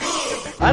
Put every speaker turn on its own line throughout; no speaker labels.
I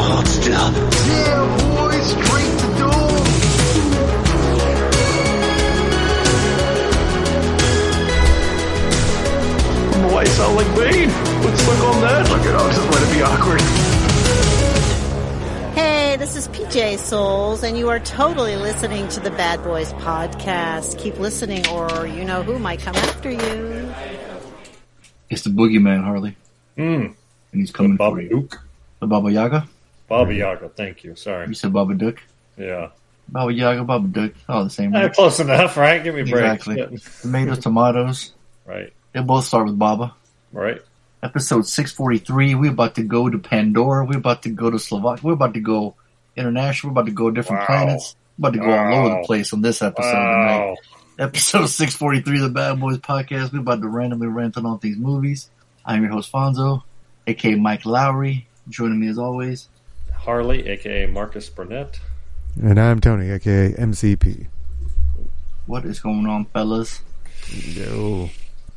Hold still.
Yeah, boy, straight to doom.
Boy, I sound like Bane. Let's look on that.
Look at I'll just let it be awkward.
Hey, this is PJ Souls, and you are totally listening to the Bad Boys Podcast. Keep listening, or you know who might come after you.
It's the boogeyman, Harley.
Mm.
And he's coming for
Baba
you.
Duke.
The Baba Yaga?
Baba Yaga. Thank you.
You
Sorry.
said Baba Duck?
Yeah.
Baba Yaga, Baba Duck. All the same.
Eh,
Right?
close enough, right? Give me a break.
Exactly. Tomatoes, tomatoes.
Right.
They both start with Baba.
Right.
Episode 643. We're about to go to Pandora. We're about to go to Slovakia. We're about to go international. We're about to go different
Wow.
planets. We're about to go all over
Wow.
the place on this episode tonight.
Wow.
Episode 643 of the Bad Boys Podcast. We're about to randomly rant on all these movies. I'm your host, Fonzo, aka Mike Lowry. Joining me as always,
Harley, aka Marcus Burnett.
And I'm Tony, aka MCP.
what is going on, fellas?
Yo.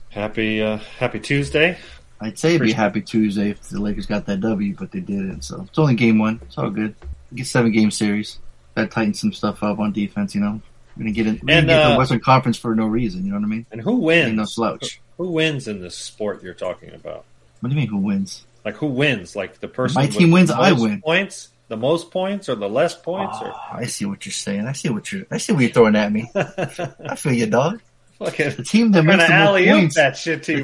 Happy uh, Happy Tuesday.
I'd say it'd be Happy Tuesday if the Lakers got that W, but they didn't. So it's only game one. It's all good. Get seven game series. That tightens some stuff up on defense. You know, we're gonna get in, we're gonna
And,
get
uh,
the Western Conference for no reason. You know what I mean?
And who
Ain't no
wins?
slouch.
Who wins in this sport you're talking about?
What do you mean? Who wins?
Like who wins? Like the person
My
with
team
the
wins, I
most
win.
Points, the most points, or the less points, or
Ah, I see what you're saying. I see what you're. I see what you're throwing at me. I feel you, dog. The
fucking
team Ah. that
I'm
makes
gonna
the most
alley oop
points.
that shit to you,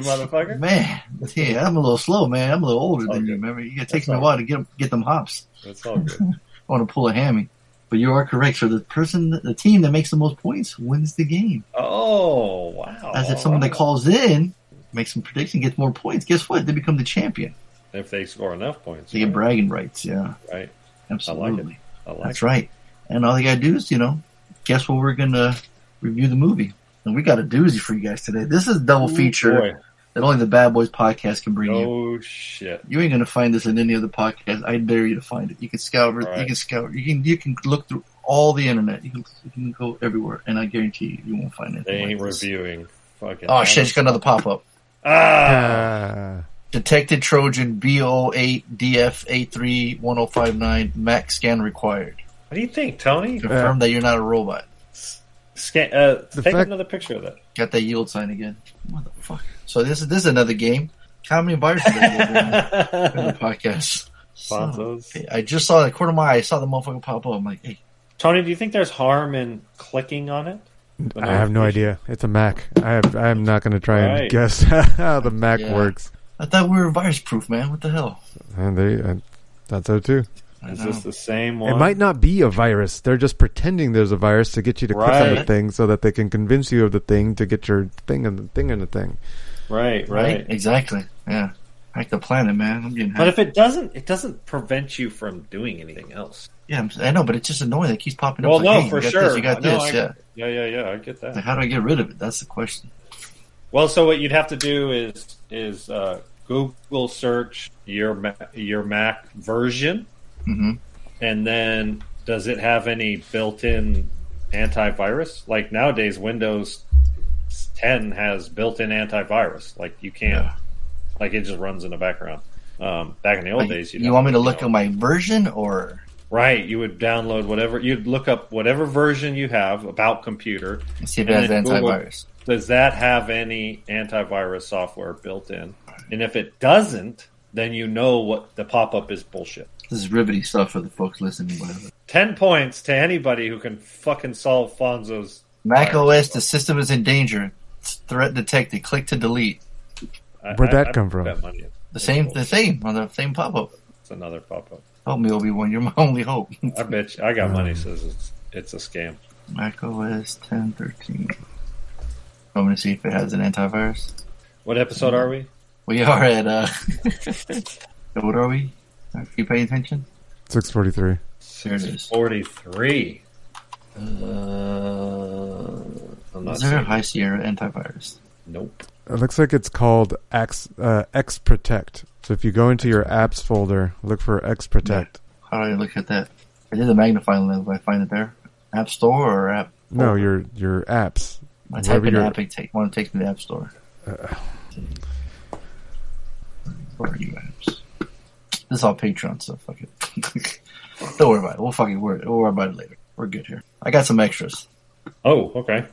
motherfucker.
Man, yeah, I'm a little slow, man. I'm a little older
That's all
than you.
good.
Remember, it
That's
takes me a
all
while to get 'em- get them hops.
That's all good.
I want to pull a hammy. But you are correct. So the person, the team that makes the most points wins the game.
Oh wow!
As if someone that calls in makes some prediction, gets more points. Guess what? They become the champion.
if they score enough points,
They get
right?
bragging rights. Yeah,
right?
absolutely.
I like
That's right. And all they gotta do is, you know, guess what? We're gonna review the movie, and we got a doozy for you guys today. This is a double
Ooh,
feature
boy.
that only the Bad Boys podcast can bring you.
Oh shit!
You ain't gonna find this in any other podcast. I dare you to find it. You can scour.
All right.
You can scour. You can you can look through all the internet. You can, you can go everywhere, and I guarantee you, you won't find it.
They ain't reviewing. Fucking
Oh shit! It's got another pop up.
Ah,
Ah.
Detected Trojan B08DF83105 Mac scan required.
what do you think, Tony? Uh,
Confirm that you're not a robot.
Scan, uh, take
fact-
another picture of that.
Got that yield sign again. Motherfucker. So this is this is another game. How many bars did I get in the podcast?
Bonzos.
I just saw the corner of my eye. I saw the motherfucker pop up. I'm like, hey,
Tony, do you think there's harm in clicking on it?
I have no idea. It's a Mac. I have, I'm not going to try and
Right.
guess how the Mac
Yeah.
works.
I thought we were virus proof, man. What the hell?
And they, uh, that's so too.
I
Is
know.
this the same one?
It might not be a virus. They're just pretending there's a virus to get you to click on the
Right.
thing, so that they can convince you of the thing to get your thing and the thing and the thing.
Right,
right?
right.
Exactly. Yeah. Like the planet, man. I'm getting.
But
Hacked.
if it doesn't, it doesn't prevent you from doing anything else.
Yeah, I'm, I know, but it's just annoying. It keeps popping up.
Well,
like,
no,
hey,
for
you got
sure.
This, you got
No,
this.
I-
yeah.
Yeah, yeah, yeah. I get that.
Like, how do I get rid of it? That's the question.
Well, so what you'd have to do is is uh, Google search your Ma- your Mac version,
Mhm.
and then does it have any built-in antivirus? Like nowadays, Windows 10 has built-in antivirus. Like you can't,
Yeah.
like it just runs in the background. Um, back in the old
Like,
days, you'd
you
have
want me to look
know,
at my version or
right. You would download whatever you'd look up whatever version you have about computer.
Let's see if
And
it has
then Google-
antivirus?
Does that have any antivirus software built in? And if it doesn't, then you know what the pop up is bullshit.
This is riveting stuff for the folks listening. By the way.
10 points to anybody who can fucking solve Fonzo's.
Mac
virus.
OS, the system is in danger. Threat detected. Click to delete.
I-
Where'd
I-
that
I
come
put
from?
that money in.
The same, the same on the same pop up.
It's another pop up.
Help me, Obi Wan. You're my only hope.
I bet you, I got
Um.
money, says it's, it's a scam.
Mac OS ten thirteen. I'm gonna see if it has an antivirus.
What episode are we?
We are at uh what are we? Are you paying attention?
Six forty-three.
There it is.
43. Uh, I'm not
Is there a
seeing.
High Sierra antivirus?
Nope.
It looks like it's called X uh, X Protect. So if you go into your apps folder, look for X Protect.
How do I look at that? I did a magnifying lens. Would I find it there? App Store or App?
Oh.
No, your your apps.
I type
Wherever
in
you're-
app, it take, one takes me to the App Store. Where are you apps? This is all Patreon stuff. Fuck it. Don't worry about it. We'll fucking worry. We'll worry about it later. We're good here. I got some extras.
Oh, okay.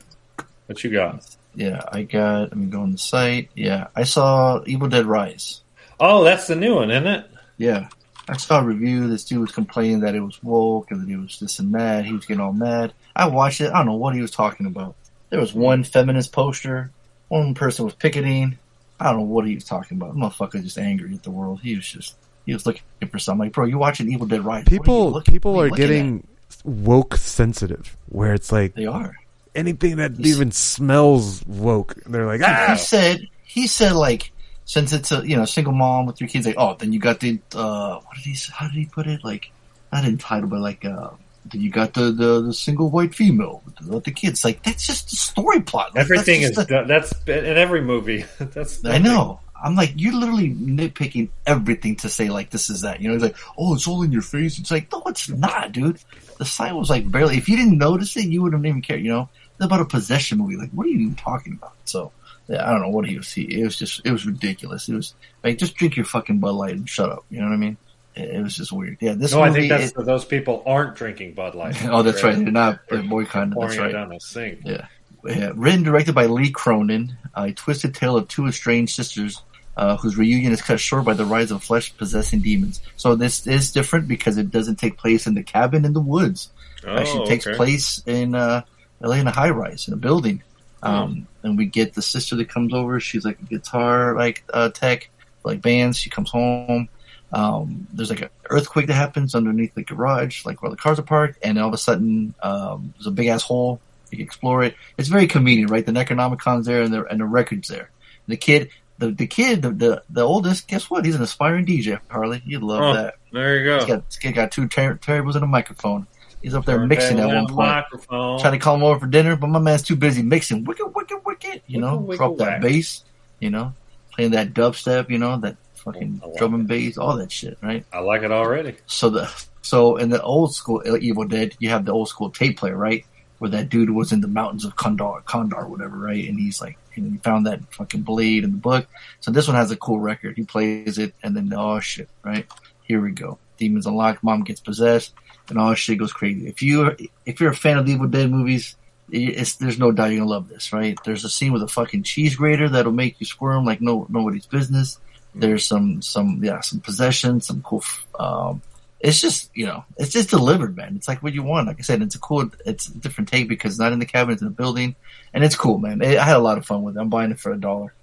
What you got?
Yeah, I got. I'm going to the site. Yeah, I saw Evil Dead Rise.
Oh, that's the new one, isn't it?
Yeah. I saw a review. This dude was complaining that it was woke and that it was this and that. He was getting all mad. I watched it. I don't know what he was talking about. There was one feminist poster. One person was picketing. I don't know what he was talking about. Motherfucker was just angry at the world. He was just he was looking for something. Like, bro, you watching Evil Dead Rise? What are you
People
looking-
people
what
are
you looking at?
getting woke sensitive, where it's like
They are.
anything that even smells woke, they're like
He
ah.
said he said like since it's a you know single mom with three kids, like oh then you got the uh what did he s- how did he put it like not entitled but like uh then you got the the, the single white female with the kids like that's just the story plot. Like, that's
Everything
just
is
the-
done. That's in every movie. that's
I know. I'm like, you're literally nitpicking everything to say like this is that. You know, it's like, oh, it's all in your face. It's like, no, it's not, dude. The sign was like barely. If you didn't notice it, you wouldn't even care. You know, it's about a possession movie. Like, what are you even talking about? So, yeah, I don't know what he was. He, it was just, it was ridiculous. It was like, just drink your fucking Bud Light and shut up. You know what I mean? It, it was just weird. Yeah, this
No, I
movie.
think that's
it-
those people aren't drinking Bud Light.
oh, that's right. They're not
They're
they're boycotting.
pouring
That's
it
right.
down a sink.
Yeah, uh, written and directed by Lee Cronin, a twisted tale of two estranged sisters uh, whose reunion is cut short by the rise of flesh possessing demons. So this is different because it doesn't take place in the cabin in the woods
Oh,
actually takes
okay.
place in uh, LA in a high rise in a building.
Hmm.
Um, And we get the sister that comes over. She's like a guitar like uh, tech, like bands. She comes home. Um, there's like an earthquake that happens underneath the garage, like where the cars are parked, and all of a sudden um, there's a big ass hole. You can explore it. It's very convenient, right? The Necronomicon's there and the and the records there. And the kid, the the kid, the, the the oldest. Guess what? He's an aspiring DJ. Harley, you'd love
Oh,
that.
There you go.
He's got, he's got two ter- terribles and a microphone. He's up there
Turn
mixing at
down
one
the
point.
Microphone.
Trying to call him over for dinner, but my man's too busy mixing. Wicked, wicked, wicked. You know,
Wicked,
drop
wicked,
that
whack.
bass. You know, playing that dubstep. You know, that fucking
Oh, I like
drum and bass, all that shit, right?
I like it already.
So the so in the old school uh, Evil Dead, you have the old school tape player, right? Where that dude was in the mountains of Kondar, Kondar, whatever, right? And he's like, and he found that fucking blade in the book. So this one has a cool record. He plays it, and then oh shit, right? Here we go. Demons unlocked. Mom gets possessed, and all shit goes crazy. If you if you're a fan of the Evil Dead movies, it's, there's no doubt you're gonna love this, right? There's a scene with a fucking cheese grater that'll make you squirm like no nobody's business. There's some some yeah some possession, some cool f- um, it's just you know it's just delivered man it's like what you want like i said it's a cool it's a different take because it's not in the cabin it's in the building and it's cool man i had a lot of fun with it i'm buying it for a dollar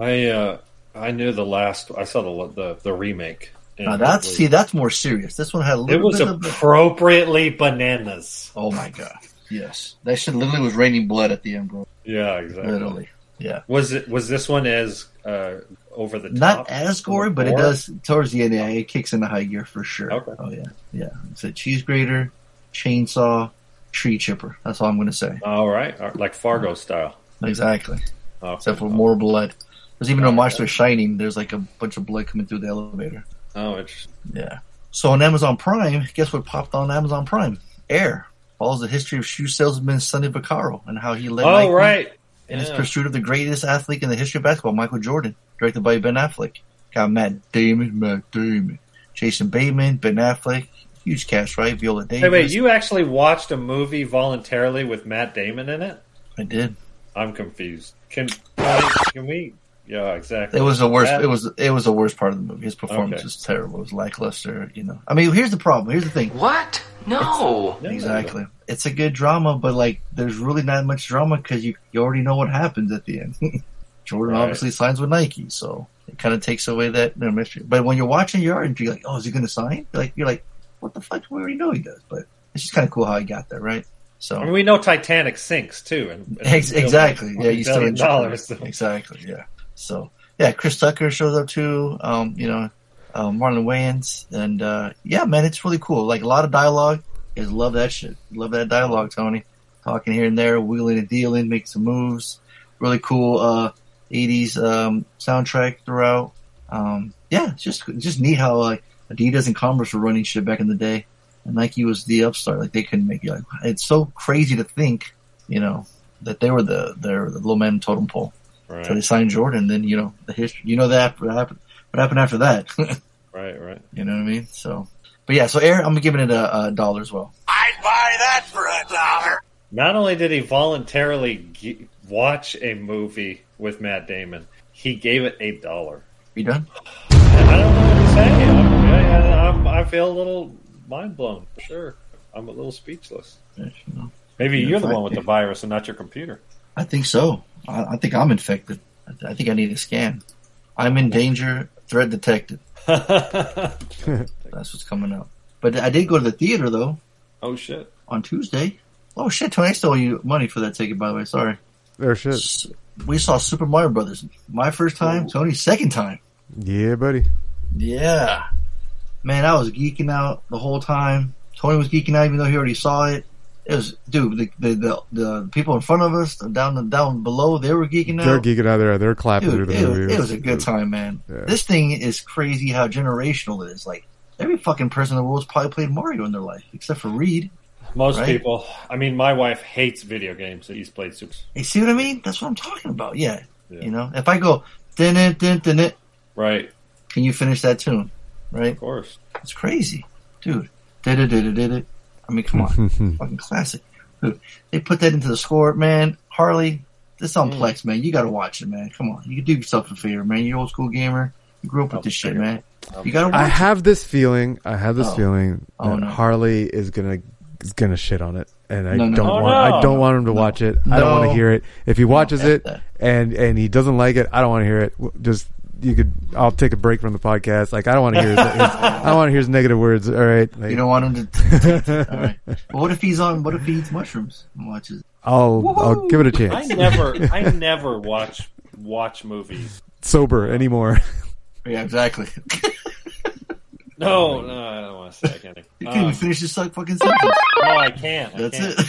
I uh, I knew the last. I saw the the, the remake.
now
And
that's see
it
that's more serious this one had a
was, it
little
was
bit of
appropriately bananas.
oh my god yes that shit literally was raining blood at the end bro
Yeah, exactly.
literally yeah
Was it was this one as uh, over the top?
not as gory but it
Or-
does towards the end yeah, it kicks into high gear for sure
Okay.
oh yeah yeah it's a cheese grater chainsaw tree chipper that's all i'm gonna say
All right, all right, like Fargo style.
exactly
Oh,
except for more blood. There's even a watch they're shining. There's like a bunch of blood coming through the elevator.
oh, it's
Yeah. So on Amazon Prime, guess what popped on Amazon Prime? Air follows the history of shoe salesman Sonny Vaccaro and how he led
oh
Nike
right.
in his
Yeah.
pursuit of the greatest athlete in the history of basketball, Michael Jordan, directed by Ben Affleck. Got Matt Damon, Matt Damon, Jason Bateman, Ben Affleck, huge cast, right? Viola Davis.
Hey, wait, you actually watched a movie voluntarily with Matt Damon in it?
I did.
I'm confused. Can can we? Yeah, exactly.
It was the worst.
That-
It was it was the worst part of the movie. His performance
Okay.
was terrible. It was lackluster. You know. I mean, here's the problem. Here's the thing.
What? No.
No, no, no.
Exactly. It's a good drama, but like, there's really not much drama because you, you already know what happens at the end. Jordan
Right.
obviously signs with Nike, so it kind of takes away that you know, mystery. But when you're watching your art, you're like, oh, is he going to sign? You're like, you're like, what the fuck? We already know he does, but it's just kind of cool how he got there, right? So
I mean, we know Titanic sinks too, and, and
Ex- exactly. Yeah, you still
billion
enjoy
dollars.
it. Exactly. Yeah. So yeah, Chris Tucker shows up too. Um, you know, um, Marlon Wayans, and uh, yeah, man, it's really cool. Like a lot of dialogue. I just love that shit. Love that dialogue, Tony. Talking here and there, wheeling and dealing, make some moves. Really cool uh, '80s um, soundtrack throughout. Um, yeah, it's just just neat how like Adidas and Converse were running shit back in the day, and Nike was the upstart. Like they couldn't make it. Like, it's so crazy to think, you know, that they were the their the low man totem pole.
Right.
So they signed Jordan. Then you know the history. You know that what happened. What happened after that?
Right, right.
You know what I mean? So, but yeah, so Air, I'm giving it a, a dollar as well.
Not only did he voluntarily g- watch a movie with Matt Damon, he gave it a dollar.
You done?
I don't know what to say. I'm, I, I'm, I feel a little mind blown for sure. I'm a little speechless.
Yeah, you know.
Maybe
Yeah,
you're the
fine.
one with the virus and not your computer.
I think so. I, I think I'm infected. I, th- I think I need a scan. I'm in danger. Threat detected.
oh
That's what's coming up. But I did go to the theater though
shit!
on Tuesday. Oh shit, Tony, I still owe you money for that ticket, by the way. Sorry.
There shit.
S- We saw Super Mario Brothers. My first time, Tony's second time.
Yeah, buddy.
Yeah. Man, I was geeking out the whole time. Tony was geeking out even though he already saw it. It was dude, the the, the, the people in front of us, down the down below, they were geeking
They're
out.
geeking out there. They're clapping
Dude,
through
it,
the
was,
movie.
it was a good time, man.
Yeah.
This thing is crazy how generational it is. Like every fucking person in the world's probably played Mario in their life, except for Reed.
Most
Right?
people. I mean, my wife hates video games that he's played. Super.
You see what I mean? That's what I'm talking about. Yeah.
Yeah.
You know, if I go dun it dun dun it,
Right,
can you finish that tune? Right?
of course.
It's crazy, dude. Did it, did it, did it. I mean, come on, fucking classic. Dude, they put that into the score, man. Harley, this on Plex, man. You got to watch it, man. Come on, you can do yourself a favor, man. You're old school gamer. You grew up with this shit, man. You got to
I
watch. it.
have this feeling. I have this
Oh.
feeling
Oh,
that
no.
Harley is gonna is gonna shit on it, and I
No, no,
don't
no.
want.
Oh, no.
I don't want him to watch it. I don't
No.
want to hear it. If he watches
F
it
that.
and and he doesn't like it, I don't want to hear it. W- Just you could. I'll take a break from the podcast. Like I don't want to hear. His, his- I don't want to hear his negative words. All right. Like,
You don't want him to. All right. But what if he's on? What if he eats mushrooms and watches?
I'll I'll give it a
I
chance.
never, I never watch watch movies.
Sober anymore.
Yeah, exactly. you
No, no, I don't want to say anything.
can't even
Um,
finish this like fucking sentence.
no, I can't. I
That's
can't.
it.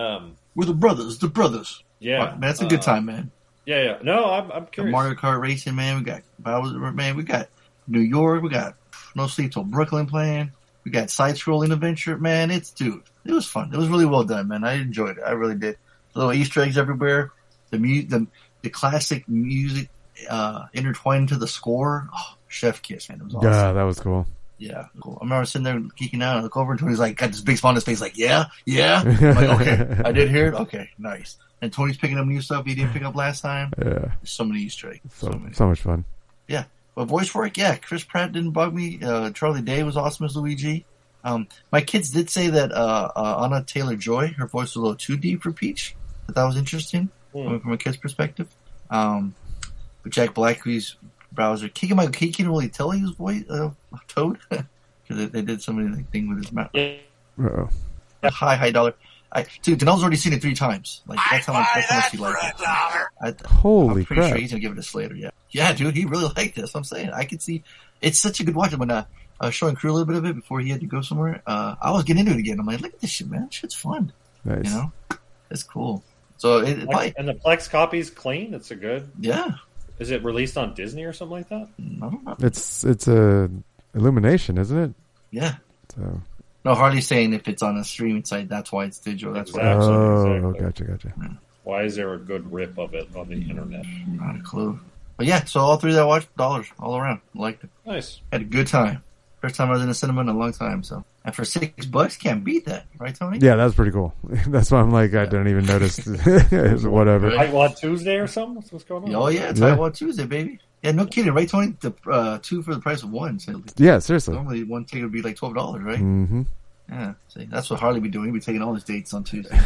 Um,
We're the brothers. The brothers.
yeah,
Fuck, man, that's a
uh,
good time, man.
Yeah, yeah. No, I'm, I'm
Got
curious.
Mario Kart racing, man. We got Bowser, man. We got New York. We got No Sleep Till Brooklyn playing. We got side scrolling adventure, man. It's dude, it was fun. It was really well done, man. I enjoyed it. I really did. Little Easter eggs everywhere. The mu- the the classic music uh, intertwined to the score. Oh, chef kiss, man. It was awesome.
Yeah, that was cool.
Yeah, cool. I remember sitting there geeking out. I look over and Tony's like, got this big smile on his face, like, yeah, yeah. I'm like, okay, I did hear it. Okay, nice. And Tony's picking up new stuff he didn't pick up last time.
Yeah,
There's so many Easter eggs. So,
so
many.
so much fun.
But voice work, yeah. Chris Pratt didn't bug me. Uh, Charlie Day was awesome as Luigi. Um, my kids did say that uh, uh, Anna Taylor Joy, her voice was a little too deep for Peach. But that was interesting
Hmm.
coming from a kid's perspective. Um, but Jack Black, who's browser, kicking my he can really tell he was voice uh, Toad because they, they did somebody like, thing with his mouth.
Uh-oh.
High high dollar. I, dude, Danelle's already seen it three times. Like that's how much, that's how much he liked it. I,
Holy
I'm pretty
crap!
sure he's gonna give it to Slater. Yeah, yeah, dude, he really liked this. I'm saying I could see it's such a good watch. When uh, I was showing crew a little bit of it before he had to go somewhere, uh, I was getting into it again. I'm like, look at this shit, man. Shit's fun.
nice.
You know, it's cool. So it, it probably,
and the Plex copy's clean. It's a good.
yeah.
Is it released on Disney or something like that?
I don't know.
It's it's a illumination, isn't it?
Yeah.
So
No, Harley's saying if it's on a streaming site, that's why it's digital. That's why.
Exactly,
oh,
exactly.
gotcha, gotcha.
Why is there a good rip of it on the internet?
Not a clue. But yeah, so all three that I watched, dollars all around. Liked it.
Nice.
Had a good time. First time I was in a cinema in a long time. So and for six bucks, can't beat that, right, Tony?
Yeah, that was pretty cool. That's why I'm like, I didn't even notice. It's Whatever.
Right.
Like on Tuesday or something? What's, what's going on?
Oh yeah, it's
Yeah.
Taiwan Tuesday, baby. Yeah, no kidding, right, Tony? The uh, two for the price of one. So
Yeah, seriously.
normally one ticket would be like twelve dollars, right?
hmm
Yeah. See, that's what Harley be doing. He be taking all his dates on Tuesday.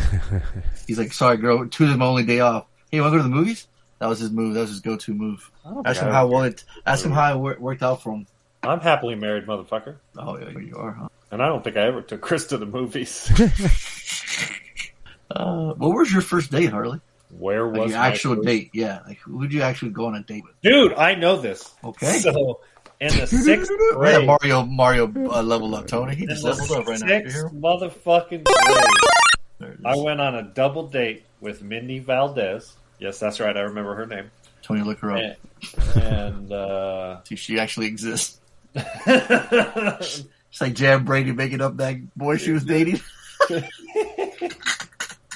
He's like, sorry, girl, Tuesday's my only day off. Hey, you want to go to the movies? That was his move. That was his go-to move.
don't
Ask him
care.
how well it. Ask him how it wor- worked out for him.
I'm happily married, motherfucker,
Oh, yeah, you are. Huh?
and I don't think I ever took Chris to the movies.
Uh, what was your first date, Harley?
Where
Like
was
your
my
actual
first-
date? Yeah. Like, who'd you actually go on a date with?
Dude, I know this.
Okay.
So in the sixth
Yeah,
grade.
Mario Mario uh, leveled up, Tony. He
In
just
the
leveled up right now. You
sixth
hear him?
motherfucking grade.
There it is.
I went on a double date with Mindy Valdez. Yes, that's right. I remember her name.
Tony, look her up.
And, and uh,
See, She actually exists. It's like Jam Brady making up that boy she was dating.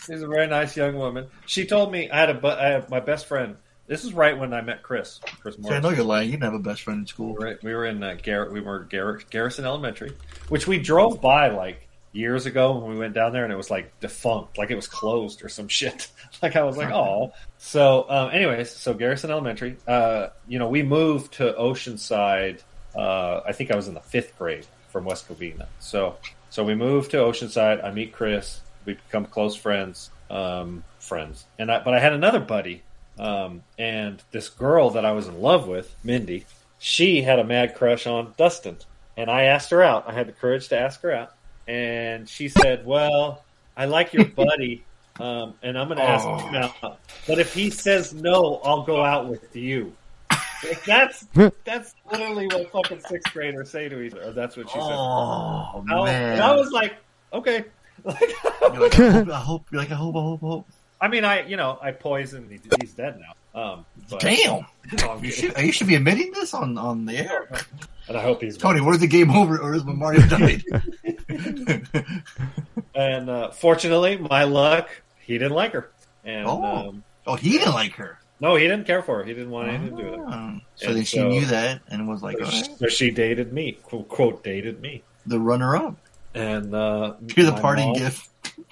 she's a very nice young woman. She told me I had a bu- I had my best friend. This is right when I met Chris. Chris
I
Morris.
know you're lying. You didn't have a best friend in school.
We were- we were in uh, Garrett. We were Gar- Garrison Elementary, which we drove by like years ago when we went down there, and it was like defunct, like it was closed or some shit. like I was like, oh. So, um, anyways, so Garrison Elementary. Uh, you know, we moved to Oceanside. Uh, I think I was in the fifth grade from West Covina. So, so we moved to Oceanside. I meet Chris. We become close friends. Um, friends, and I, but I had another buddy um, and this girl that I was in love with, Mindy, she had a mad crush on Dustin, and I asked her out. I had the courage to ask her out, and she said, "Well, I like your buddy, um, and I'm going to ask
Oh.
him out, but if he says no, I'll go out with you." Like, that's that's literally what fucking sixth graders say to each other. That's what she said.
Oh
I was-
man!
and I was like, okay. Like,
You're like, I hope. I hope. You're like I hope. I hope. I hope.
I mean, I you know, I poisoned. He's dead now. Um, but,
Damn!
No, I'm
You
kidding.
should. You should be admitting this on on the air.
and I hope he's
Tony, where's the game over, or is when Mario died?
And uh, fortunately, my luck, he didn't like her. And
Oh.
um,
oh, he didn't like her.
no, he didn't care for her. He didn't want anything to do with her.
Oh. So
And
then she
so-
knew that and was like,
So
all
she,
right,
so she dated me, quote, quote dated me.
the runner-up.
And uh,
Here's the
my
parting
mom-
gift.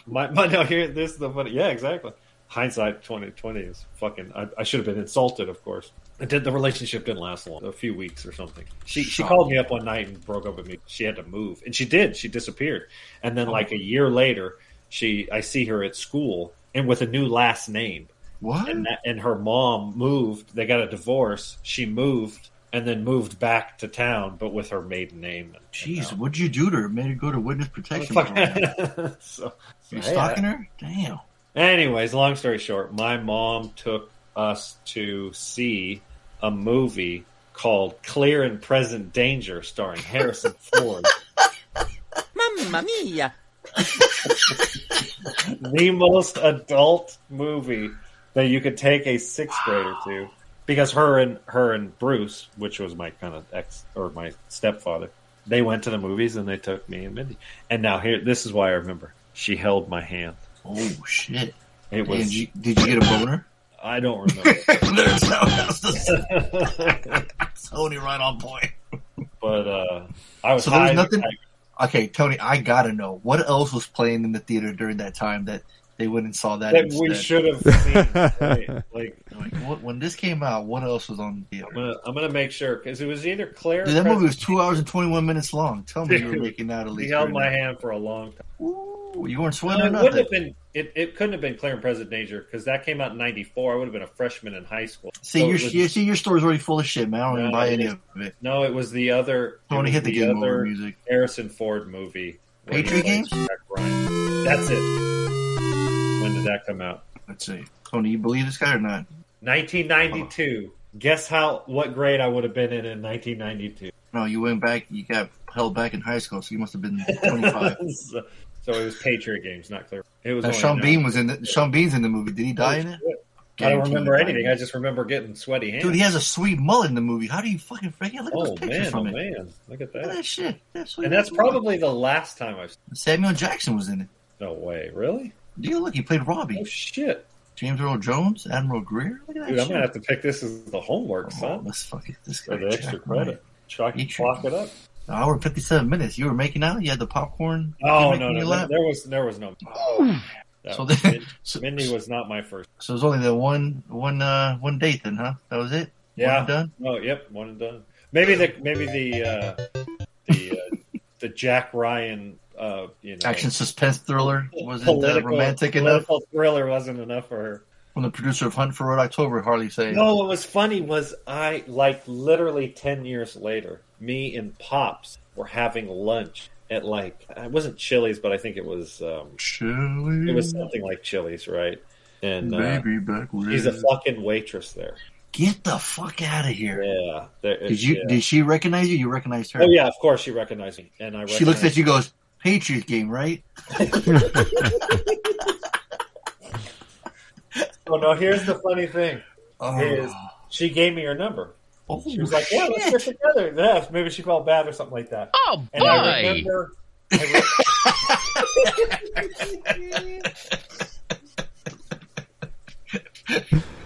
My, my no, here this is the funny. Yeah, exactly. Hindsight twenty twenty is fucking. I, I should have been insulted, of course. It did, the relationship didn't last long, a few weeks or something. She she
Shocking.
called me up one night and broke up with me. She had to move, and she did. She disappeared, and then like a year later, she I see her at school and with a new last name.
What?
and that, and her mom moved. They got a divorce. She moved and then moved back to town, but with her maiden name. And,
Jeez, what'd you do to her? Made her go to witness
and
protection. program.
fuck- so,
You're
hey,
stalking her? Damn.
I- anyways, long story short, my mom took us to see a movie called Clear and Present Danger, starring Harrison Ford.
Mamma mia!
the most adult movie that you could take a sixth grader to because her and her and Bruce, which was my kind of ex or my stepfather, they went to the movies and they took me and Mindy. And now here, this is why I remember. She held my hand.
Oh shit.
It
Did
was
you, did you get a boner?
I don't remember,
There's no that's the- Tony right on point.
but uh, I was
So there was
high-
nothing-
I-
Okay, Tony, I gotta know what else was playing in the theater during that time that they went and saw that.
that
instead?
we should have seen. right? Like
Like, what, when this came out, what else was on the theater?
I'm gonna, I'm gonna make sure because it was either Claire.
Dude,
or
that movie was
Preston.
two hours and twenty one minutes long. Tell me you were
Dude,
making out at
She
least.
held
during
my
that.
hand for a long time.
Ooh, you weren't
No,
sweating or
it wouldn't
nothing.
have been. It, it couldn't have been Claire and President Danger because that came out in '94. I would have been a freshman in high school.
See,
So
your
it was-
you, see, your story's already full of shit, man. I don't even
No,
buy
it
any
is-
of it.
no, it was the other. it
Tony,
was
hit the, game over music.
Harrison Ford movie. where he
Patriot
plays
Games?
Jack Ryan. That's it. When did that come out?
Let's see. Tony, you believe this guy or not?
1992. Guess how? What grade I would have been in in 1992?
No, you went back. You got held back in high school, so you must have been twenty five.
so, so it was Patriot Games, not Claire. It was
Now,
only
Sean
nine.
Bean was in the, Sean Bean's in the movie. Did he die in it?
I don't
Guaranteed
remember
he died.
anything. I just remember getting sweaty hands.
Dude, he has a sweet mullet in the movie. How do you fucking forget? Look at
oh
those pictures
man, oh
from it.
man, look at
Look at
that.
that shit. That sweet
And that's
mullet.
probably the last time I've.
Samuel Jackson was in it.
No way, really?
Dude, look, he played Robbie.
Oh shit,
James Earl Jones, Admiral Greer. Look at that
dude! I'm
shit.
gonna have to pick this as the homework,
oh,
son,
let's fucking this guy.
for the extra
Jack
credit. Chalk
He
clock it up.
Ryan. An hour and fifty seven minutes. You were making out. You had the popcorn.
Oh
making
no,
you
no, there,
laugh.
there was there was no. That
So
was-
then-
Min-
so-
Mindy was not my first.
So it was only the one, one, uh, one date then, huh? That was it.
Yeah.
One done.
Oh, yep, one and done. Maybe the maybe the uh, the uh, the Jack Ryan uh, you know
Action suspense thriller wasn't uh, romantic enough.
political thriller wasn't enough for her.
From the producer of Hunt for Red October, Harley said,
No, what was funny was I like literally ten years later, me and Pops were having lunch at like it wasn't Chili's, but I think it was um,
"Chili,
it was something like Chili's, right? And uh,
baby back with
she's a fucking waitress there,
get the fuck out of here.
Yeah. There,
Did you?
yeah.
Did she recognize you? You recognized her.
oh yeah, of course she recognized me, and I. Recognized
She looks at you, goes, "Patriot game, right?"
Oh no! Here's the funny thing:
Oh,
is she gave me her number.
oh,
She was like, "Yeah, let's get together." Yeah, maybe she felt bad or something like that.
Oh
And I
boy!
remember, I re-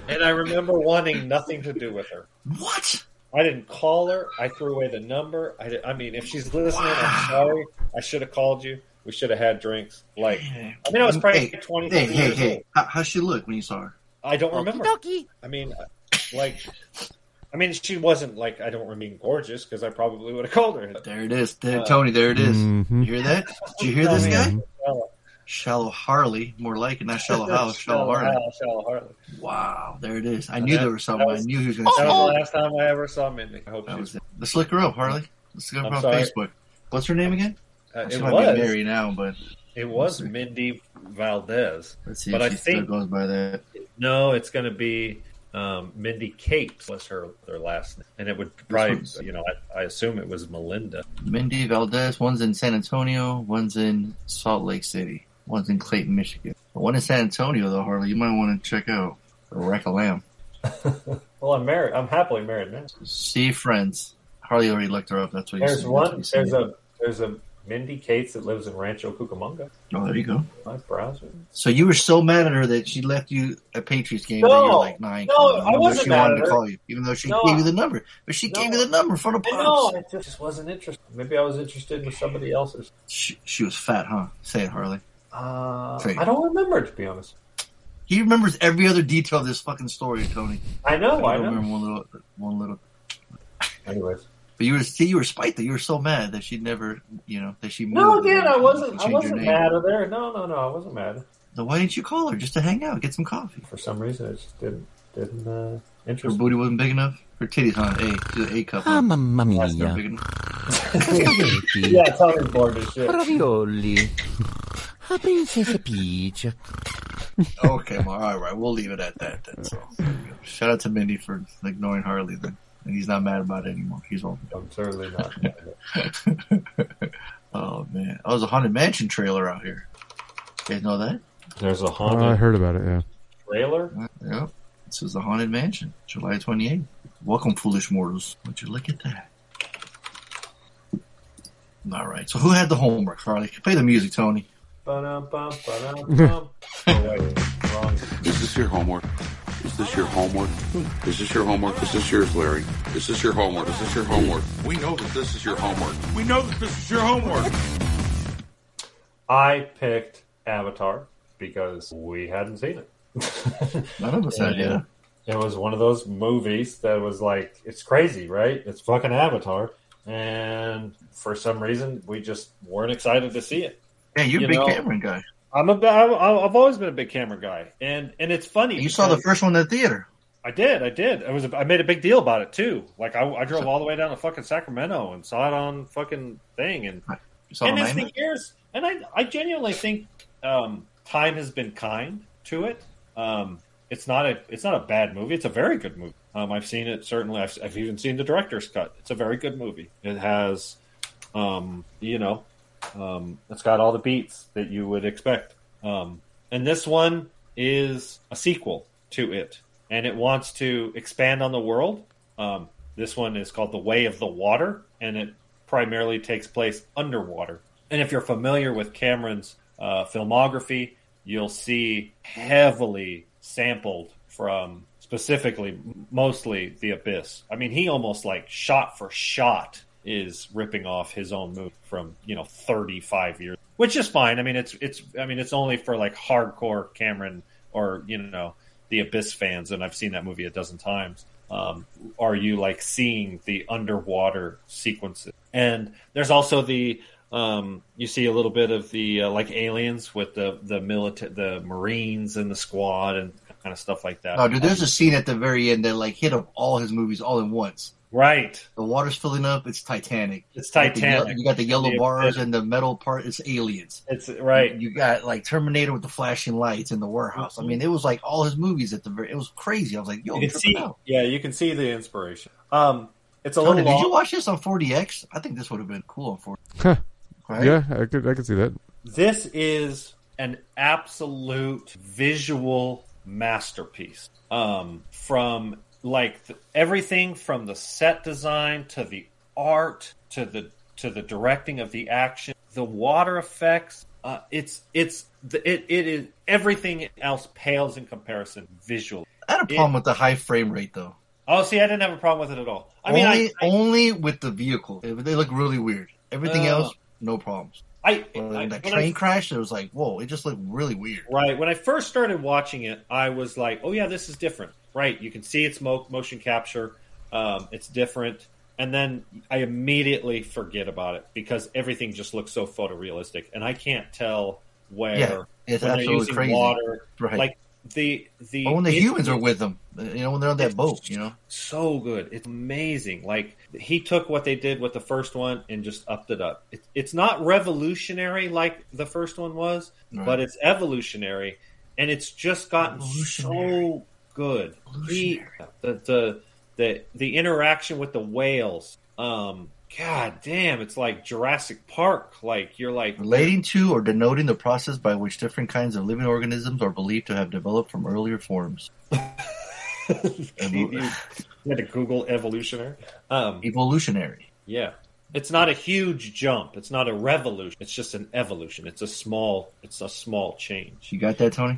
and I remember wanting nothing to do with her.
what?
I didn't call her. I threw away the number. I, did- I mean, if she's listening, I'm sorry. I should have called you. We should have had drinks. Like, I mean, I was probably
Hey,
20
hey, hey,
years
hey!
old.
How, how'd she look when you saw her?
I don't
Oh,
remember.
Doki.
I mean, like, I mean, she wasn't like I don't mean gorgeous because I probably would have called her.
There it is,
Uh,
there, Tony. There it is.
Mhm.
You hear that? Did you hear this
Oh,
guy?
man.
Shallow Harley, more like it, not Shallow House. Shallow Harley.
House, Shallow Harley.
Wow, there it is. I knew
that-
there was something.
that was- Oh,
I knew he was going to
That
say
was
that.
the last time I ever saw Mindy. I hope
That was
she's.
it. Let's look her up, Harley. Let's look her
I'm
up on
sorry.
Facebook. What's her name again?
Uh,
She
it
might be
was
Mary now, but
it was Mindy Valdez.
let's see
But
if
I
she still
think-
goes by that.
No, it's going to be um, Mindy Capes was her their last name, and it would probably
one's-
you know I, I assume it was Melinda.
Mindy Valdez. One's in San Antonio. One's in Salt Lake City. One's in Clayton, Michigan. The one in San Antonio, though, Harley, you might want to check out. The Rack of Lamb.
Well, I'm married. I'm happily married now.
See friends. Harley already looked her up. That's what. you
There's
said.
one.
That's what you
There's
said.
a there's a Mindy Cates that lives in Rancho Cucamonga.
Oh, there you go.
My browser.
So you were so mad at her that she left you at Patriots game that you were
No.
like nine.
No, I wasn't
she
mad
wanted
at
to
her.
call you, even though she
No.
gave you the number. But she
No.
gave you the number for the
I know.
pops.
I just, just wasn't interested. Maybe I was interested in somebody else's.
She, she was fat, huh? Say it, Harley.
Uh,
Same.
I don't remember to be honest.
He remembers every other detail of this fucking story, Tony.
I know.
I
Oh, I
don't
know.
remember one little, one little.
Anyways.
But you were see, you were spiteful. You were so mad that she never, you know, that she moved.
No,
and
Dan, I wasn't.
changed
I
her
wasn't
name.
mad at her. No, no, no. I wasn't mad.
Then why didn't you call her just to hang out, get some coffee?
For some reason, it just didn't didn't uh,
Her
interest me.
booty wasn't big enough. Her titties, huh? A, she's an A cup.
Ah,
huh?
mamma
That's not
mia.
big enough.
Spaghetti.
Yeah, Tony's bored as shit.
Ravioli. Ah, Princess Peach.
Okay, well, all right, we'll leave it at that then. So, there you go. shout out to Mindy for ignoring Harley then, and he's not mad about it anymore. He's all,
I'm certainly not.
oh man, I was a haunted mansion trailer out here. You guys know that?
There's
Uh,
a
Oh, I
Honda
heard about it. Yeah.
trailer.
Yep. This is the haunted mansion, July twenty eighth. Welcome, foolish mortals. Would you look at that? All right. So, who had the homework, Harley? Play the music, Tony.
Ba-dum, bum, ba-dum, bum. oh wait, wrong.
Is this your homework? Is this your homework? Is this your homework? Is this yours, Larry? Is this your homework? Is this your homework? We know that this is your homework. We know that this is your homework.
I picked Avatar because we hadn't seen it.
None of us had.
Yeah.
Yeah.
it was one of those movies that was like, it's crazy, right? It's fucking Avatar. And for some reason, we just weren't excited to see it.
Yeah, you're a
You
big
know-
Cameron guy.
I'm a, I'm- I've always been a big camera guy, and and it's funny.
You saw the
because-
first one in the theater.
I did, I did. I was, I made a big deal about it too. Like I, I drove all the way down to fucking Sacramento and saw it on fucking thing, and
You saw
and
it
as
on
the
IMAX?
years, and I, I genuinely think um, time has been kind to it. Um, it's not a, it's not a bad movie. It's a very good movie. Um, I've seen it certainly. I've, I've even seen the director's cut. It's a very good movie. It has, um, you know, um, it's got all the beats that you would expect. Um, and this one is a sequel to it, and it wants to expand on the world. Um, this one is called The Way of the Water, and it primarily takes place underwater. And if you're familiar with Cameron's uh, filmography, you'll see heavily sampled from specifically, mostly The Abyss. I mean, he almost like shot for shot is ripping off his own movie from you know 35 years which is fine i mean it's it's i mean it's only for like hardcore cameron or you know the abyss fans and i've seen that movie a dozen times um, are you like seeing the underwater sequences and there's also the um, you see a little bit of the uh, like aliens with the the military the marines and the squad and kind of stuff like that
Oh, dude, there's a scene at the very end that like hit up all his movies all at once.
Right.
The water's filling up. It's Titanic.
It's
You got the,
Titanic.
ye- you got the yellow
Yeah,
bars and the metal part. It's aliens.
It's right.
You got like Terminator with the flashing lights in the warehouse. I mean, it was like all his movies at the. very It was crazy. I was like, yo,
You can
tripping
see,
out.
yeah, you can see the inspiration. Um, it's a
Conan,
little
did you
long.
watch this on 40x? I think this would have been cool on 40.
Huh.
Right?
Yeah, I could I could see that.
This is an absolute visual masterpiece. Um, from like th- everything from the set design to the art to the to the directing of the action, the water effects. Uh, it's it's the, it it is everything else pales in comparison visually.
I had a problem with the high frame rate though.
Oh, see, I didn't have a problem with it at all. I mean,
only,
I, I,
only with the vehicle. They they look really weird. Everything
Uh,
else, no problems.
I, I,
When that
when I-
train crash, it was like, whoa, it just looked really weird.
Right. When I first started watching it, I was like, "Oh yeah, this is different." Right. You can see it's mo- motion capture. Um, it's different. And then I immediately forget about it because everything just looks so photorealistic, and I can't tell where
Yeah, it's
when they're
absolutely
using
crazy.
water,
Right.
like the the
But when the
it-
humans are with them, Uh, you know, when they're on that boat, you know,
so good. It's amazing. Like he took what they did with the first one and just upped it up. It, it's not revolutionary like the first one was,
Right.
but it's evolutionary, and it's just gotten so
Evolutionary.
good. He,
Evolutionary.
the, the the the interaction with the whales. Um, God damn, it's like Jurassic Park. Like you're like
relating to or denoting the process by which different kinds of living organisms are believed to have developed from earlier forms.
you, you had to Google evolutionary. Um,
Evolutionary.
Yeah. It's not a huge jump. It's not a revolution. It's just an evolution. It's a small it's a small change.
You got that, Tony?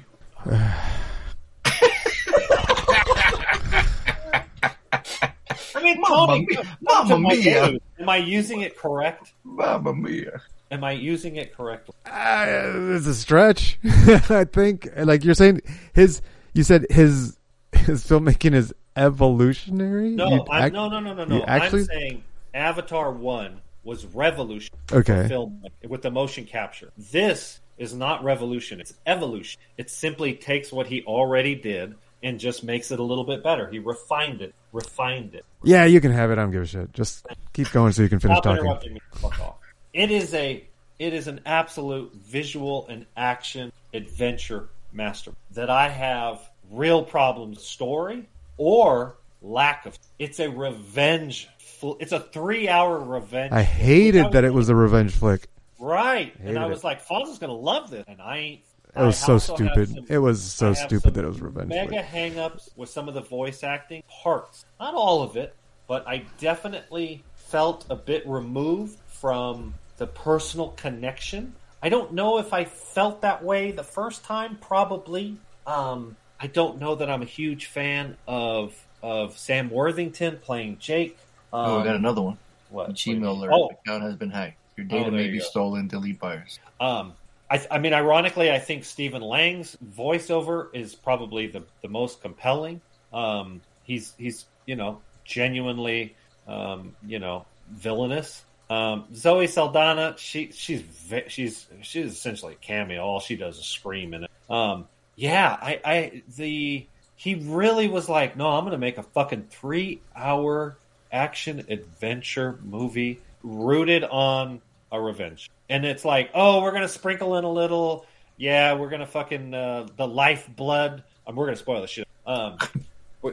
I mean,
Mamma
Tony,
mia!
come to
Mamma
my
mia!
aid. am I using it correct?
Mamma mia!
Am I using it correctly?
Uh, it's a stretch. I think, like you're saying, his you said his his filmmaking is evolutionary.
No,
You
I,
ac-
no, no, no, no,
you
no.
Actually,
I'm saying Avatar 1 was revolution
okay.
film with the motion capture. This is not revolution. It's evolution. It simply takes what he already did and just makes it a little bit better. He refined it, refined it.
Yeah, you can have it. I don't give a shit. Just keep going so you can finish
Stop
talking.
interrupting me. Fuck off. It is a it is an absolute visual and action adventure master that I have real problems with story or lack of. It's a revenge. fl- It's a three hour revenge.
I hated that it was a revenge flick.
right, and I
hated
was
it.
like, Fonz is going to love this, and I ain't.
It was
I
so
also have
stupid.
some-
It was so
I have
stupid
some
that it was revenge
Mega
flick.
hang-ups with some of the voice acting parts, not all of it, but I definitely felt a bit removed from the personal connection. I don't know if I felt that way the first time. Probably. Um, I don't know that I'm a huge fan of of Sam Worthington playing Jake. Um,
Oh, I got another one.
what?
Gmail alert.
Oh,
Account has been hacked. Your
Oh,
data
there
may
you
be
go.
stolen. Delete buyers.
Um, I, th- I mean, ironically, I think Stephen Lang's voiceover is probably the, the most compelling. Um, he's he's you know genuinely um, you know villainous. Um, Zoe Saldana, she she's ve- she's she's essentially a cameo. All she does is scream in it. Um, yeah, I, I the he really was like, no, I'm going to make a fucking three hour action adventure movie rooted on a revenge. And it's like, oh, we're going to sprinkle in a little. Yeah, we're going to fucking uh, the lifeblood. Um, we're going to spoil the shit. Um, we-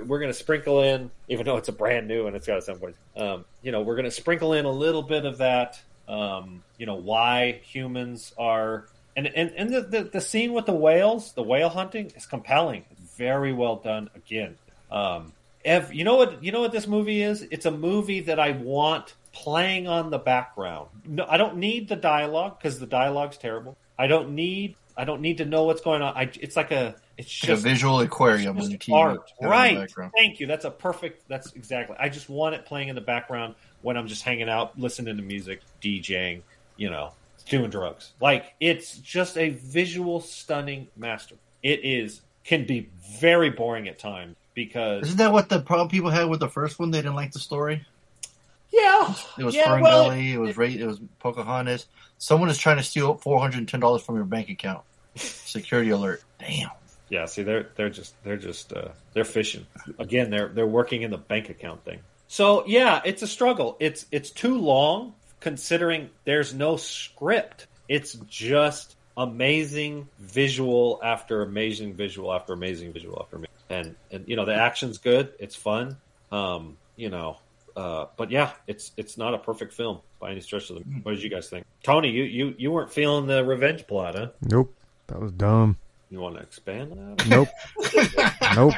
we're going to sprinkle in, even though it's a brand new and it's got its own voice. Um, you know, we're going to sprinkle in a little bit of that. Um, you know, why humans are and and and the, the the scene with the whales, the whale hunting is compelling. It's very well done. Again, um, ev- you know what you know what this movie is? It's a movie that I want playing on the background. No, I don't need the dialogue because the dialogue's terrible. I don't need I don't need to know what's going on. I, it's like a it's
Like a
just
visual aquarium on
just
the TV.
art.
in the
Right.
background.
Thank you. That's a perfect. That's exactly. I just want it playing in the background when I'm just hanging out, listening to music, DJing, you know, doing drugs. Like it's just a visual stunning master. It is can be very boring at times because
Isn't that what the problem people had with the first one? They didn't like the story.
yeah,
It was
yeah,
Fern
well,
Gully. It, was Ra- It was Pocahontas. Someone is trying to steal four hundred and ten dollars from your bank account. Security alert! Damn.
yeah. See, they're they're just they're just uh, they're fishing again. They're they're working in the bank account thing. So yeah, it's a struggle. It's it's too long considering there's no script. It's just amazing visual after amazing visual after amazing visual after amazing. And and you know the action's good. It's fun. Um, you know, uh, but yeah, it's it's not a perfect film by any stretch of the. What did you guys think, Tony? You you you weren't feeling the revenge plot, huh?
Nope. That was dumb.
You want to expand on that?
Nope. nope.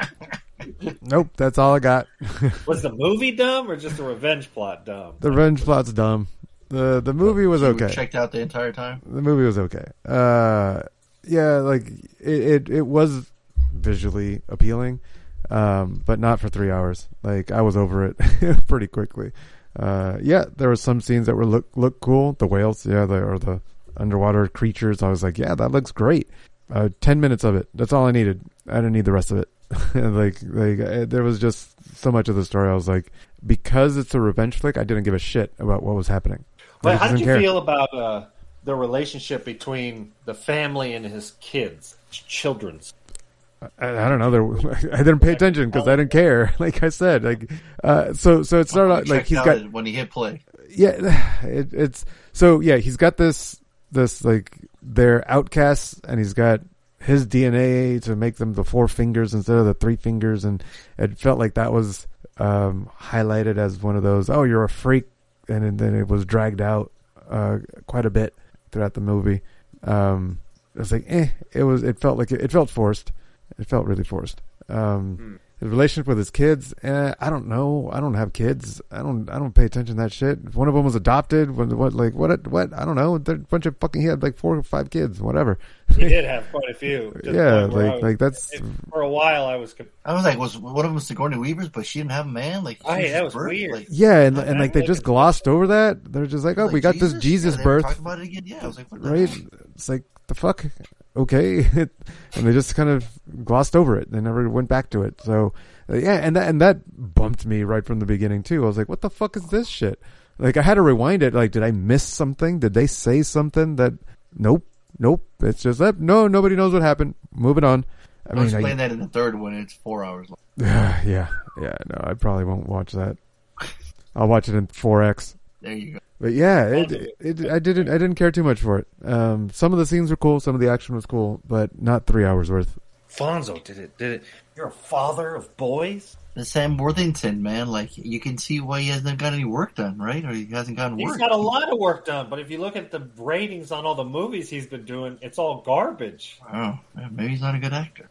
Nope. That's all I got.
Was the movie dumb or just the revenge plot dumb?
The revenge plot's dumb. The the movie was
You were
okay.
Checked out the entire time.
The movie was okay. Uh yeah, like it it, it was visually appealing. Um, but not for three hours. Like I was over it pretty quickly. Uh, yeah, there were some scenes that were look look cool. The whales, yeah, the, or the underwater creatures. I was like, yeah, that looks great. Uh, Ten minutes of it. That's all I needed. I didn't need the rest of it. like like uh, there was just so much of the story. I was like, because it's a revenge flick, I didn't give a shit about what was happening. I
But
just
how did
didn't
you
care.
feel about uh, the relationship between the family and his kids, ch- children's?
I, I don't know. There, I didn't pay attention because I didn't care. Like I said, like uh, so. So it's not like
Checked
he's
out
got
it when he hit play.
yeah. It, it's so yeah. He's got this this like they're outcasts, and he's got his DNA to make them the four fingers instead of the three fingers, and it felt like that was um, highlighted as one of those. Oh, you're a freak, and, then it was dragged out uh, quite a bit throughout the movie. Um, it was like, eh, it was. It felt like it, it felt forced. It felt really forced. Um, His relationship with his kids, eh, I don't know. I don't have kids. I don't. I don't pay attention to that shit. One of them was adopted. What? what like what? What? I don't know. They're a bunch of fucking. He had like four or five kids. Whatever.
He did have quite a few. to the
Yeah,
point where
like-
I was-
like, that's-
it- for a while. I was. com-
I was like, was one of them Sigourney Weaver's, but she didn't have a man. Like, she
Hey, Oh, that
just
was
birthed,
weird.
Like,
Yeah, and, and
that
like they
like
just
a-
glossed over that. They're just like, oh,
like,
we got this Jesus
Yeah, they
birth,
Talk about it again. Yeah, I was like, what the
right?
hell?
It's like the fuck. Okay, and they just kind of glossed over it. They never went back to it. So uh, yeah, and that and that bumped me right from the beginning too. I was like, what the fuck is this shit? Like I had to rewind it. Like, did I miss something? Did they say something that? Nope, nope. It's just that. No, nobody knows what happened. Moving on. I
I'll
mean,
explain
I,
that in the third one. It's four hours long.
yeah, yeah. No, I probably won't watch that. I'll watch it in 4x.
There you go.
But yeah, it, it, I didn't I didn't care too much for it. Um, some of the scenes were cool, some of the action was cool, but not three hours worth.
Fonzo did it. Did it? You're a father of boys.
The Sam Worthington, man, like you can see why he hasn't got any work done, right? Or he hasn't gotten
He's
work.
got a lot of work done, but if you look at the ratings on all the movies he's been doing, it's all garbage.
oh, man, maybe he's not a good actor.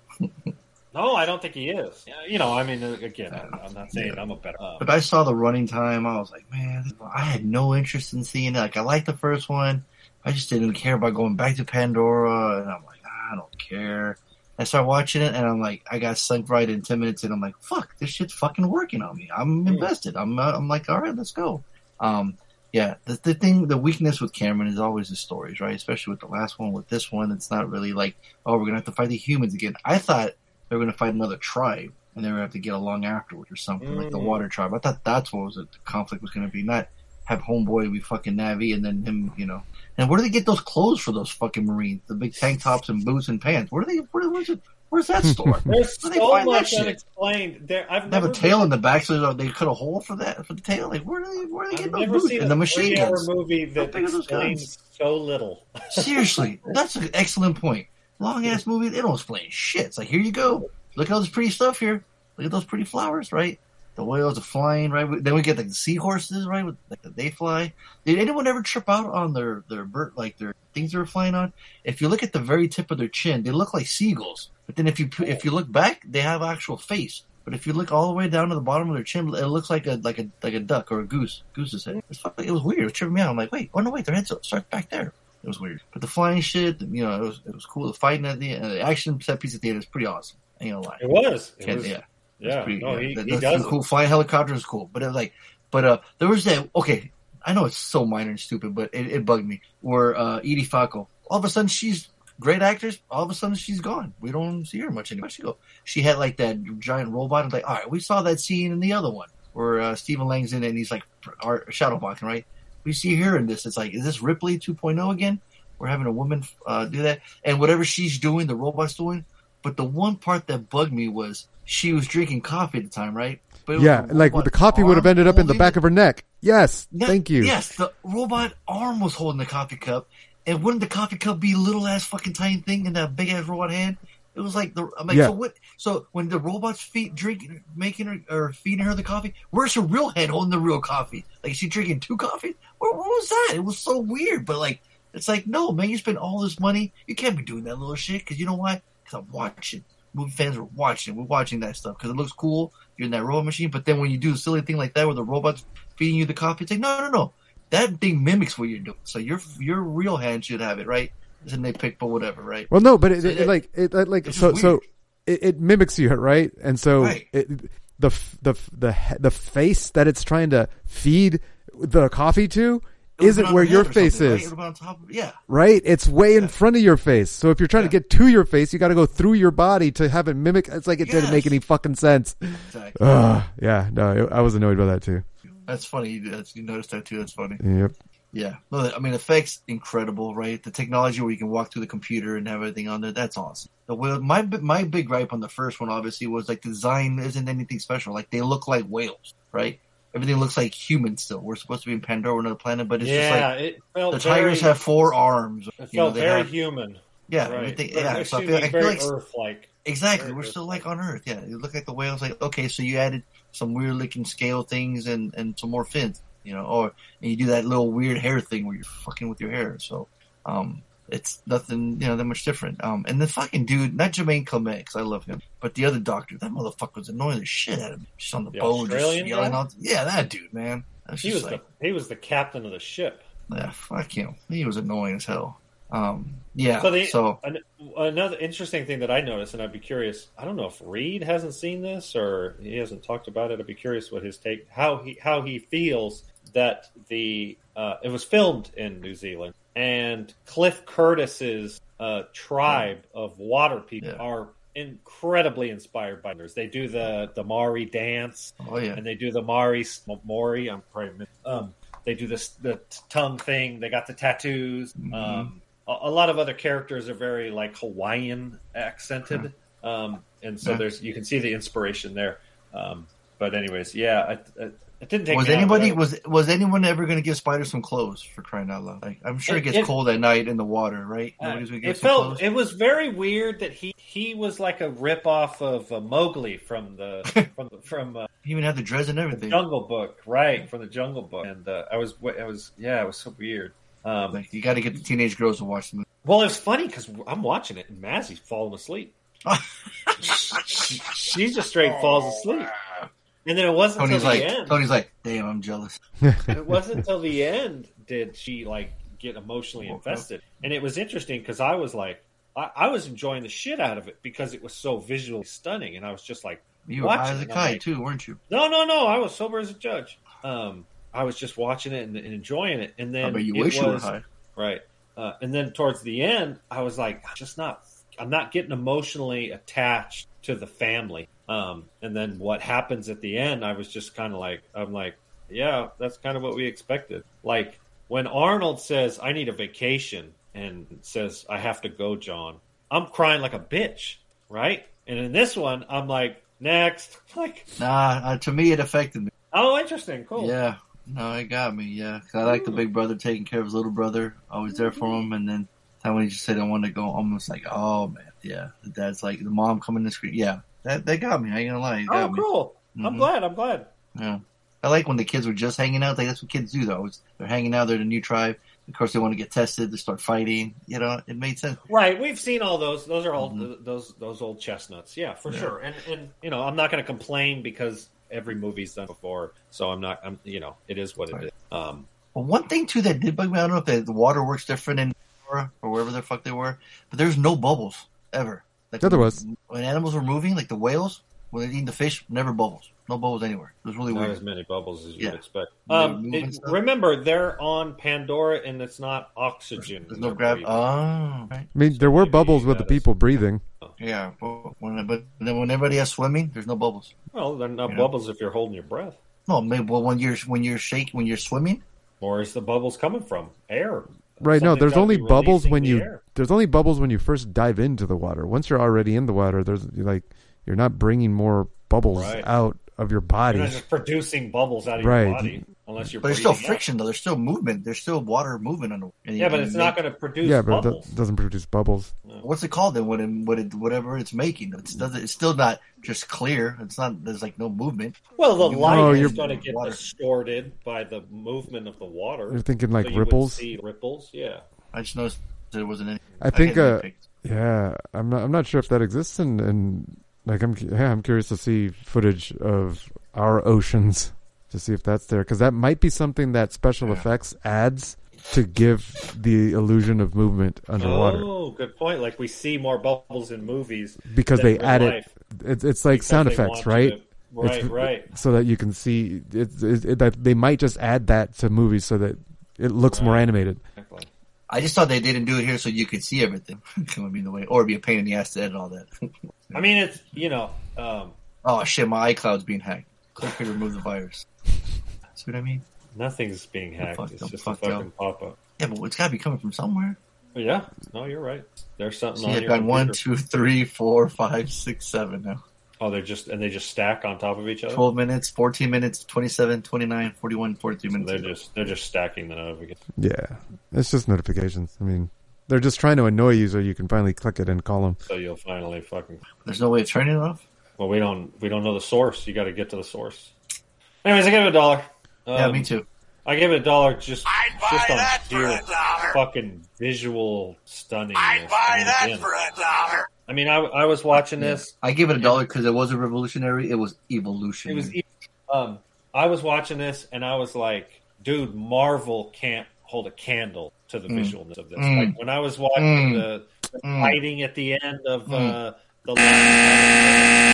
No, I don't think he is. Yeah, You know, I mean, uh, again, I'm, I'm not saying I'm a better. uh,
But I saw the running time. I was like, man, I had no interest in seeing it. Like, I liked the first one. I just didn't care about going back to Pandora. And I'm like, "Ah, I don't care. I start watching it and I'm like, I got sunk right in 10 minutes and I'm like, fuck, this shit's fucking working on me. I'm invested. I'm, uh, I'm like, all right, let's go. Um, yeah, the, the thing, the weakness with Cameron is always the stories, right? Especially with the last one, with this one, it's not really like, oh, we're gonna have to fight the humans again. I thought they were gonna fight another tribe and they were gonna have to get along afterwards or something, like
Mm.
the water tribe. I thought that's what was the conflict was gonna be, not have homeboy be fucking Navi and then him, you know. And where do they get those clothes for those fucking Marines? The big tank tops and boots and pants. Where do they? Where, where's it? Where's that store?
There's
Where do they
so
find that
much
shit?
unexplained. There, I've
They have
never
a tail in the back, so they cut a hole for that for the tail. Like where do they? Where do they get
I've
those
never
boots
seen
and
a
the machine
three-hour
guns?
movie that
big are those
explains so little.
Seriously, that's an excellent point. Long ass movie, they don't explain shit. It's like, here you go. Look at all this pretty stuff here. Look at those pretty flowers, right? The whales are flying, right? We- Then we get like the seahorses, right? With, like they fly. Did anyone ever trip out on their their bird, like their things they were flying on? If you look at the very tip of their chin, they look like seagulls. But then if you pu- if you look back, they have actual face. But if you look all the way down to the bottom of their chin, it looks like a like a like a duck or a goose, goose's head. It's fucking, it was weird. It was tripping me out. I'm like, wait, oh no, wait, their head starts back there. It was weird. But the flying shit, you know, it was, it was cool. The fighting at the end, the action set piece at the end is pretty awesome. I ain't gonna lie.
It was. It
Yeah,
was
yeah.
yeah.
Pretty-
no,
yeah,
he,
that-
he
that's
does.
pretty cool. Flying helicopter is cool, but it was like, but uh, there was that. Okay, I know it's so minor and stupid, but it, it bugged me. Where uh, Edie Falco, all of a sudden she's great actress. All of a sudden she's gone. We don't see her much anymore. She go. She had like that giant robot. and like, all right, we saw that scene in the other one where uh, Stephen Lang's in it and he's like our shadowboxing, right? We see her in this. It's like, is this Ripley 2.0 again? We're having a woman uh, do that, and whatever she's doing, the robot's doing. But the one part that bugged me was she was drinking coffee at the time, right? but it was
Yeah,
a
like
robot
the copy would have
arm
ended up in the
holding
back
it.
of her neck. Yes,
Yeah,
thank you.
Yes, the robot arm was holding the coffee cup, and wouldn't the coffee cup be a little ass fucking tiny thing in that big ass robot hand? It was like the I'm like
Yeah.
so what? So when the robot's feet drink, making her or feeding her the coffee, where's her real head holding the real coffee? Like is she drinking two coffees? What, what was that? It was so weird, but like it's like no man, you spend all this money, you can't be doing that little shit because you know why? Because I'm watching. Movie fans are watching. We're watching that stuff because it looks cool. You're in that robot machine, but then when you do a silly thing like that, where the robot's feeding you the coffee, it's like no, no, no. That thing mimics what you're doing. So your your real hand should have it, right? It's a nitpick, but whatever, right?
Well, no, but it,
So
it,
that-
like it, it like
it's
so
just
so
weird.
it, it mimics you, right? And so
Right.
it, the f- the f- the he- the face that it's trying to feed the coffee to
It would've been
isn't
on
where
her
your
head or
face
something, right?
is,
It
right?
would've been on top of- yeah,
It's way in front of your face. So if you're trying to get to your face, you got to go through your body to have it mimic. It's like it didn't make
Yes.
any fucking sense.
exactly.
Ugh, yeah, no, it, I was annoyed by that too.
That's funny. You, that's, you noticed that too. That's funny.
Yep.
Yeah. No, I mean, effects incredible, right? The technology where you can walk through the computer and have everything on there. That's awesome. The whale, my bi- my big gripe on the first one obviously was like design isn't anything special. Like they look like whales, right? Everything looks like humans still. We're supposed to be in Pandora, another planet, but it's just
yeah,
like
it felt
the
very,
tigers have four arms.
It felt
You know, they
very
have,
human.
yeah,
right.
everything-
Or,
yeah. So I
excuse
feel,
me,
I feel
very
like
Earth-like.
Exactly.
Very
We're
good
still
point.
like on Earth. Yeah. You look at the whales like, okay, so you added some weird looking scale things and, and some more fins, you know, or and you do that little weird hair thing where you're fucking with your hair. So, um, it's nothing, you know, that much different. Um, and the fucking dude, not Jermaine Clement, cause I love him, but the other doctor, that motherfucker was annoying the shit out of me. Just on the,
The
boat,
Australian
just yelling
guy?
out. Yeah, that dude, man. I was
He
just
was
like,
the he was the captain of the ship.
yeah, fuck him. He was annoying as hell. Um, yeah.
So, the,
so
an, another interesting thing that I noticed, and I'd be curious. I don't know if Reed hasn't seen this or he hasn't talked about it. I'd be curious what his take, how he how he feels that the uh, it was filmed in New Zealand and Cliff Curtis's uh, tribe of water people
Yeah.
are incredibly inspired by theirs. They do the the Maori dance
oh yeah.
and they do the Maori Maori. I'm probably um, they do this the tongue thing. They got the tattoos.
Mm-hmm.
Um, a, a lot of other characters are very like Hawaiian accented,
Uh-huh.
um, and so
Yeah.
there's you can see the inspiration there. Um, but anyways, yeah, I, I, it didn't take.
was
me out,
anybody
but I-
was was anyone ever going to give Spider some clothes for crying out loud? Like, I'm sure it,
It-
gets
it-
cold at night in the water, right?
Uh,
Nobody's gonna give
it
some
felt
clothes?
it was very weird that he he was like a rip off of uh, Mowgli from the from the, from uh,
he even had the dreads and everything.
Jungle Book, right? From the Jungle Book, and uh, I was I was yeah, it was so weird. Um,
Like, you got to get the teenage girls to watch them.
Well, it was funny because I'm watching it and Mazzy's falling asleep. she just straight falls asleep, and then it wasn't until
Tony's
the
like,
end.
Tony's like, damn, I'm jealous.
It wasn't until the end did she like get emotionally invested, and it was interesting because I was like, I, I was enjoying the shit out of it because it was so visually stunning, and I was just like,
You were
watching
high as a
it, I'm
kite
like,
too, weren't you?
No, no, no, I was sober as a judge. Um, I was just watching it and, and enjoying it, and then
I bet you
it
wish you were
was-
high.
Right. Uh, and then towards the end, I was like, I'm just not, I'm not getting emotionally attached to the family. Um, and then what happens at the end, I was just kind of like, I'm like, yeah, that's kind of what we expected. Like when Arnold says, I need a vacation and says, I have to go, John, I'm crying like a bitch. Right. And in this one, I'm like, next. Like,
Nah, uh, to me it affected me.
oh, interesting. Cool.
Yeah, no, it got me. Yeah, 'Cause I like the big brother taking care of his little brother, always there for him. And then that when he just said I want to go, almost like, oh man, yeah. The dad's like the mom coming to screen. Yeah, that that got me. I ain't gonna lie. It got
Oh,
me.
cool. I'm
Mm-hmm.
Mhm.
glad. I'm glad.
Yeah. I like when the kids were just hanging out. Like that's what kids do though. It's, they're hanging out. They're the new tribe. Of course, they want to get tested. They start fighting. You know, it made sense.
Right, we've seen all those. Those are
Mm-hmm.
all those those old chestnuts. Yeah, for sure. And and you know, I'm not going to complain because every movie's done before, so I'm not. I'm you know, it is what it is. Um,
But one thing too that did bug me. I don't know if the, the water works different in Pandora or wherever the fuck they were, but there's no bubbles ever. Like
Yeah, there was.
when animals were moving, like the whales when they eat the fish, never bubbles. No bubbles anywhere. It was really
not
weird.
as many bubbles as you
Yeah.
would expect.
They
Um,
move
it-
and stuff.
remember, they're on Pandora, and it's not oxygen.
There's
in
no
their
grab.
breathing.
Oh, right.
I mean, there were
Maybe
bubbles with the
that is-
people breathing.
yeah. But when, but then when everybody has swimming, there's no bubbles.
well, they're not
Yeah.
bubbles if you're holding your breath.
No, maybe well, when you're when you're shake when you're swimming,
Where's the bubbles coming from? Air.
Right? no,
Something's
there's
gotta
only
be
bubbles
releasing
when
the
you
air.
there's only bubbles when you first dive into the water. Once you're already in the water, there's you're like you're not bringing more bubbles
Right.
out of
You're
your
not
body.
just producing bubbles out of
Right.
your body unless you're.
But there's still
breathing out.
friction, though. There's still movement. There's still water movement on the.
Yeah, but it's not going to produce
Yeah, but it
bubbles.
do- doesn't produce bubbles.
What's it called then? What it, what it, whatever it's making, it's doesn't. It's still not just clear. It's not. There's like no movement.
well, the light
No,
is
Oh, you're-
going to get
water.
distorted by the movement of the water.
You're thinking, like,
So you would
ripples?
see ripples, yeah.
I just noticed there wasn't any.
I think.
can't
Uh,
really pick.
yeah, I'm not. I'm not sure if that exists, and and like I'm. cu- Yeah, I'm curious to see footage of our oceans to see if that's there because that might be something that special effects adds to give the illusion of movement underwater
Oh, good point. Like we see more bubbles in movies
because
than
they
in
add
real
it.
life
It's it's like
because
sound
they
effects,
want you
right?
to- Right,
It's-
right.
So that you can see it, it, it, that they might just add that to movies so that it looks more animated.
Exactly.
I just thought they didn't do it here so you could see everything. it would be in the way, or it'd be a pain in the ass to edit all that.
I mean, it's you know, um,
oh shit, my iCloud's being hacked. Click here to remove the virus. See what I mean?
nothing's being hacked.
Fuck,
it's
don't
just a
fuck
fucking pop up.
Yeah, but it's got to be coming from somewhere.
Yeah, no, you're right. There's something
So
on
you've
your
got one, two,
computer.
three, four, five, six, seven now.
Oh, they're just and they just stack on top of each other.
12 minutes, 14 minutes, 27, 29, 41, 43 minutes.
They're just they're just stacking the notifications.
Yeah, it's just notifications. I mean, they're just trying to annoy you so you can finally click it and call them.
So you'll finally fucking.
There's no way of turning it off?
Well, we don't we don't know the source. You got to get to the source. Anyways, I give it a dollar. Um,
yeah, me too.
I give it a dollar just just on sheer fucking visual stunning. I'd buy that for a dollar. I mean, I, I was watching this.
I give it a dollar because it wasn't revolutionary. It was evolution.
It was e- um, I was watching this and I was like, dude, Marvel can't hold a candle to the visualness of this.
Mm.
Like when I was watching
Mm.
the, the
Mm.
fighting at the end of uh, the.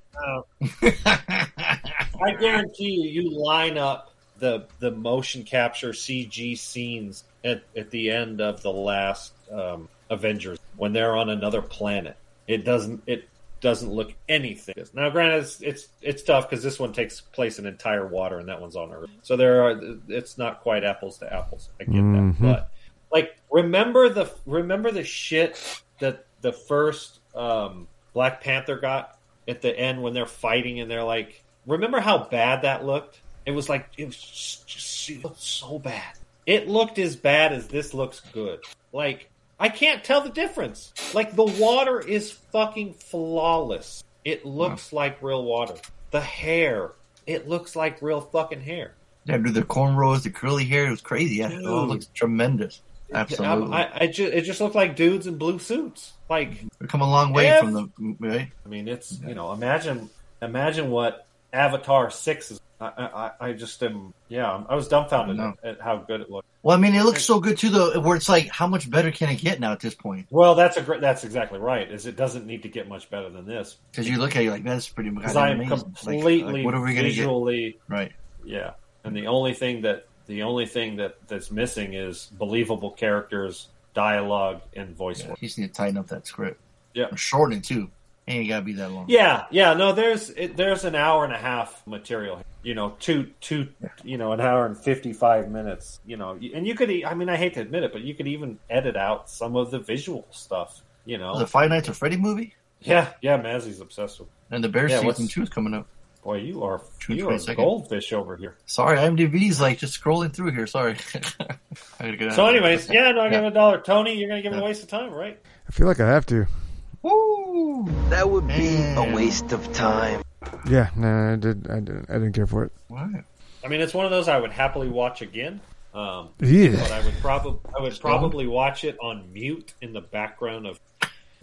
I guarantee you, you line up the the motion capture CG scenes at, at the end of the last um, Avengers when they're on another planet. It doesn't it doesn't look anything. Now, granted, it's it's, it's tough because this one takes place in entire water and that one's on Earth, so there are it's not quite apples to apples. I get that,
Mhm.
but like remember the remember the shit that the first um, Black Panther got at the end when they're fighting and they're like, remember how bad that looked? It was like it was just, just it looked so bad. It looked as bad as this looks good. Like I can't tell the difference. Like the water is fucking flawless. It looks like real water. The hair, it looks like real fucking hair.
yeah, dude, the cornrows, the curly hair, it was crazy. Yeah, it all
Dude.
looks tremendous. Absolutely.
I, I, I ju- it just looked like dudes in blue suits. Like
We've come a long way
Ev-
from the, mm, right?
I mean, it's you know, imagine imagine what Avatar Six is. I, I, I- I just am. Yeah, I'm- I was dumbfounded
No.
at, at how good it looked.
Well, I mean, it looks so good too, though, where it's like, how much better can it get now at this point?
Well, that's a great. That's exactly right. Is it doesn't need to get much better than this
Because you look at it like, that's pretty much
because I am
amazing. Like- like,
completely
what are we going to get?
visually.
Right.
Yeah, and the only thing that the only thing that that's missing is believable characters, dialogue, and voice work.
You just need to tighten up that script.
Yeah.
Or shorten it too. Ain't got to be that long.
Yeah, yeah. No, there's it, there's an hour and a half material. You know, two two. You know, an hour and fifty five minutes. You know, and you could. e- I mean, I hate to admit it, but you could even edit out some of the visual stuff. You know,
The Five Nights at Freddy movie
yeah, yeah. Mazzy's obsessed with.
and the Bear
Yeah,
season
what's-
two is coming up.
Boy, you are
June
you are
22nd.
goldfish over here.
Sorry, IMDb's like just scrolling through here. Sorry. I gotta get out
So,
of here.
anyways, yeah. No, I give
Uh, Yeah.
it a dollar. Tony, you're gonna give it a
Yeah.
waste of time, right?
I feel like I have to.
Woo!
That would be a
Man.
waste of time.
Yeah, no, I did. I didn't. I didn't care for it.
What?
I mean, it's one of those I would happily watch again. Um, but
Yeah,
I would probably I would probably watch it on mute in the background of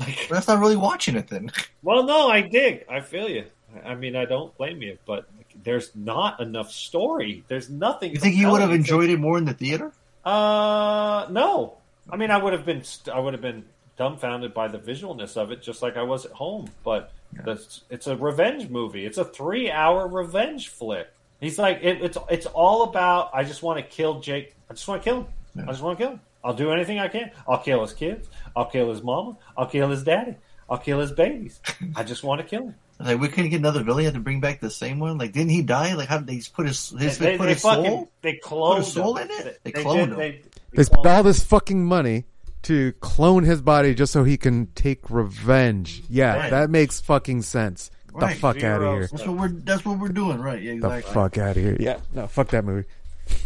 like
That's not really watching it then.
Well, no, I dig. I feel you. I I mean, I don't blame you, but there's not enough story. There's nothing.
You think you would have
compelling.
enjoyed it more in the theater?
Uh, no. I mean, I would have been. St- I would have been dumbfounded by the visualness of it, just like I was at home. But the, it's a revenge movie. It's a three-hour revenge flick. He's like, it, it's it's all about. I just want to kill Jake. I just want to kill him. I just want to kill him. I'll do anything I can. I'll kill his kids. I'll kill his mama. I'll kill his daddy. I'll kill his babies. I just want to kill him.
Like we couldn't get another villain to bring back the same one. Like didn't he die? Like how did they just put his his they, put his
fucking
soul?
they cloned
his soul
him.
in it?
They,
They
they
cloned
did-
him.
They, they
they
cloned
spent all this fucking money to clone his body just so he can take revenge. Yeah,
Right.
that makes fucking sense. the
Right.
fuck out of here.
That's what we're that's what we're doing, right? Yeah,
The
exactly.
fuck out of here. Yeah, no, fuck that movie.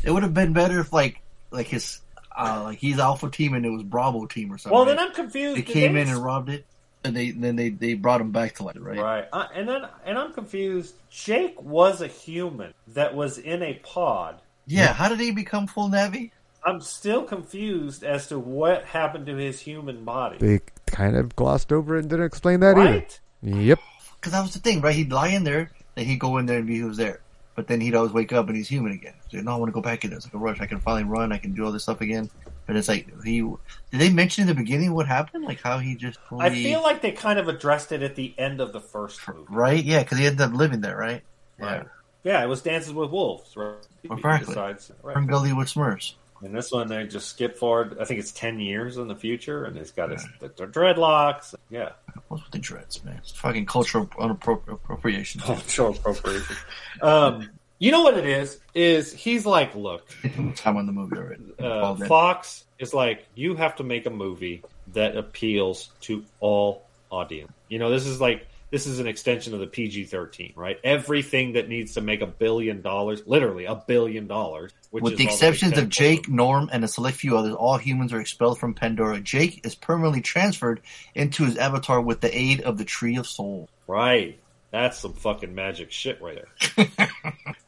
It would have been better if like like his uh, like he's Alpha Team and it was Bravo Team or something.
Well, then
right?
I'm confused.
they
Did
came
they
in
just-
and robbed it, and they then they they brought him back to life, right?
Right. Uh, and then and I'm confused. Jake was a human that was in a pod.
Yeah. How did he become full Navi?
I'm still confused as to what happened to his human body.
They kind of glossed over it and didn't explain that
Right?
either. Yep.
Because that was the thing, right? He'd lie in there, then he'd go in there and be who's there. But then he'd always wake up and he's human again. So no, I want to go back in there. It's like a rush. I can finally run. I can do all this stuff again. But it's like he. Did they mention in the beginning what happened? Like how he just. Fully,
I feel like they kind of addressed it at the end of the first movie.
right. Yeah, because he ended up living there, right?
Right. Yeah, it was Dances with Wolves, right?
Exactly.
Besides-
Yeah.
right.
From Gully with Smurfs.
And this one, they just skip forward. I think it's ten years in the future, and he's got his the, the dreadlocks. Yeah,
What's with the dreads, man? It's fucking cultural unappropri- appropriation.
cultural appropriation. Um, you know what it is? Is he's like, look,
Time on the movie already.
uh,
All that.
Fox is like, you have to make a movie that appeals to all audience. You know, this is like this is an extension of the PG thirteen, right? Everything that needs to make a billion dollars, literally a billion dollars, which
With
is
the
all
exceptions
big
of
tentpole
Jake, Norm, and a select few others, all humans are expelled from Pandora. Jake is permanently transferred into his avatar with the aid of the Tree of Soul.
Right. That's some fucking magic shit right there.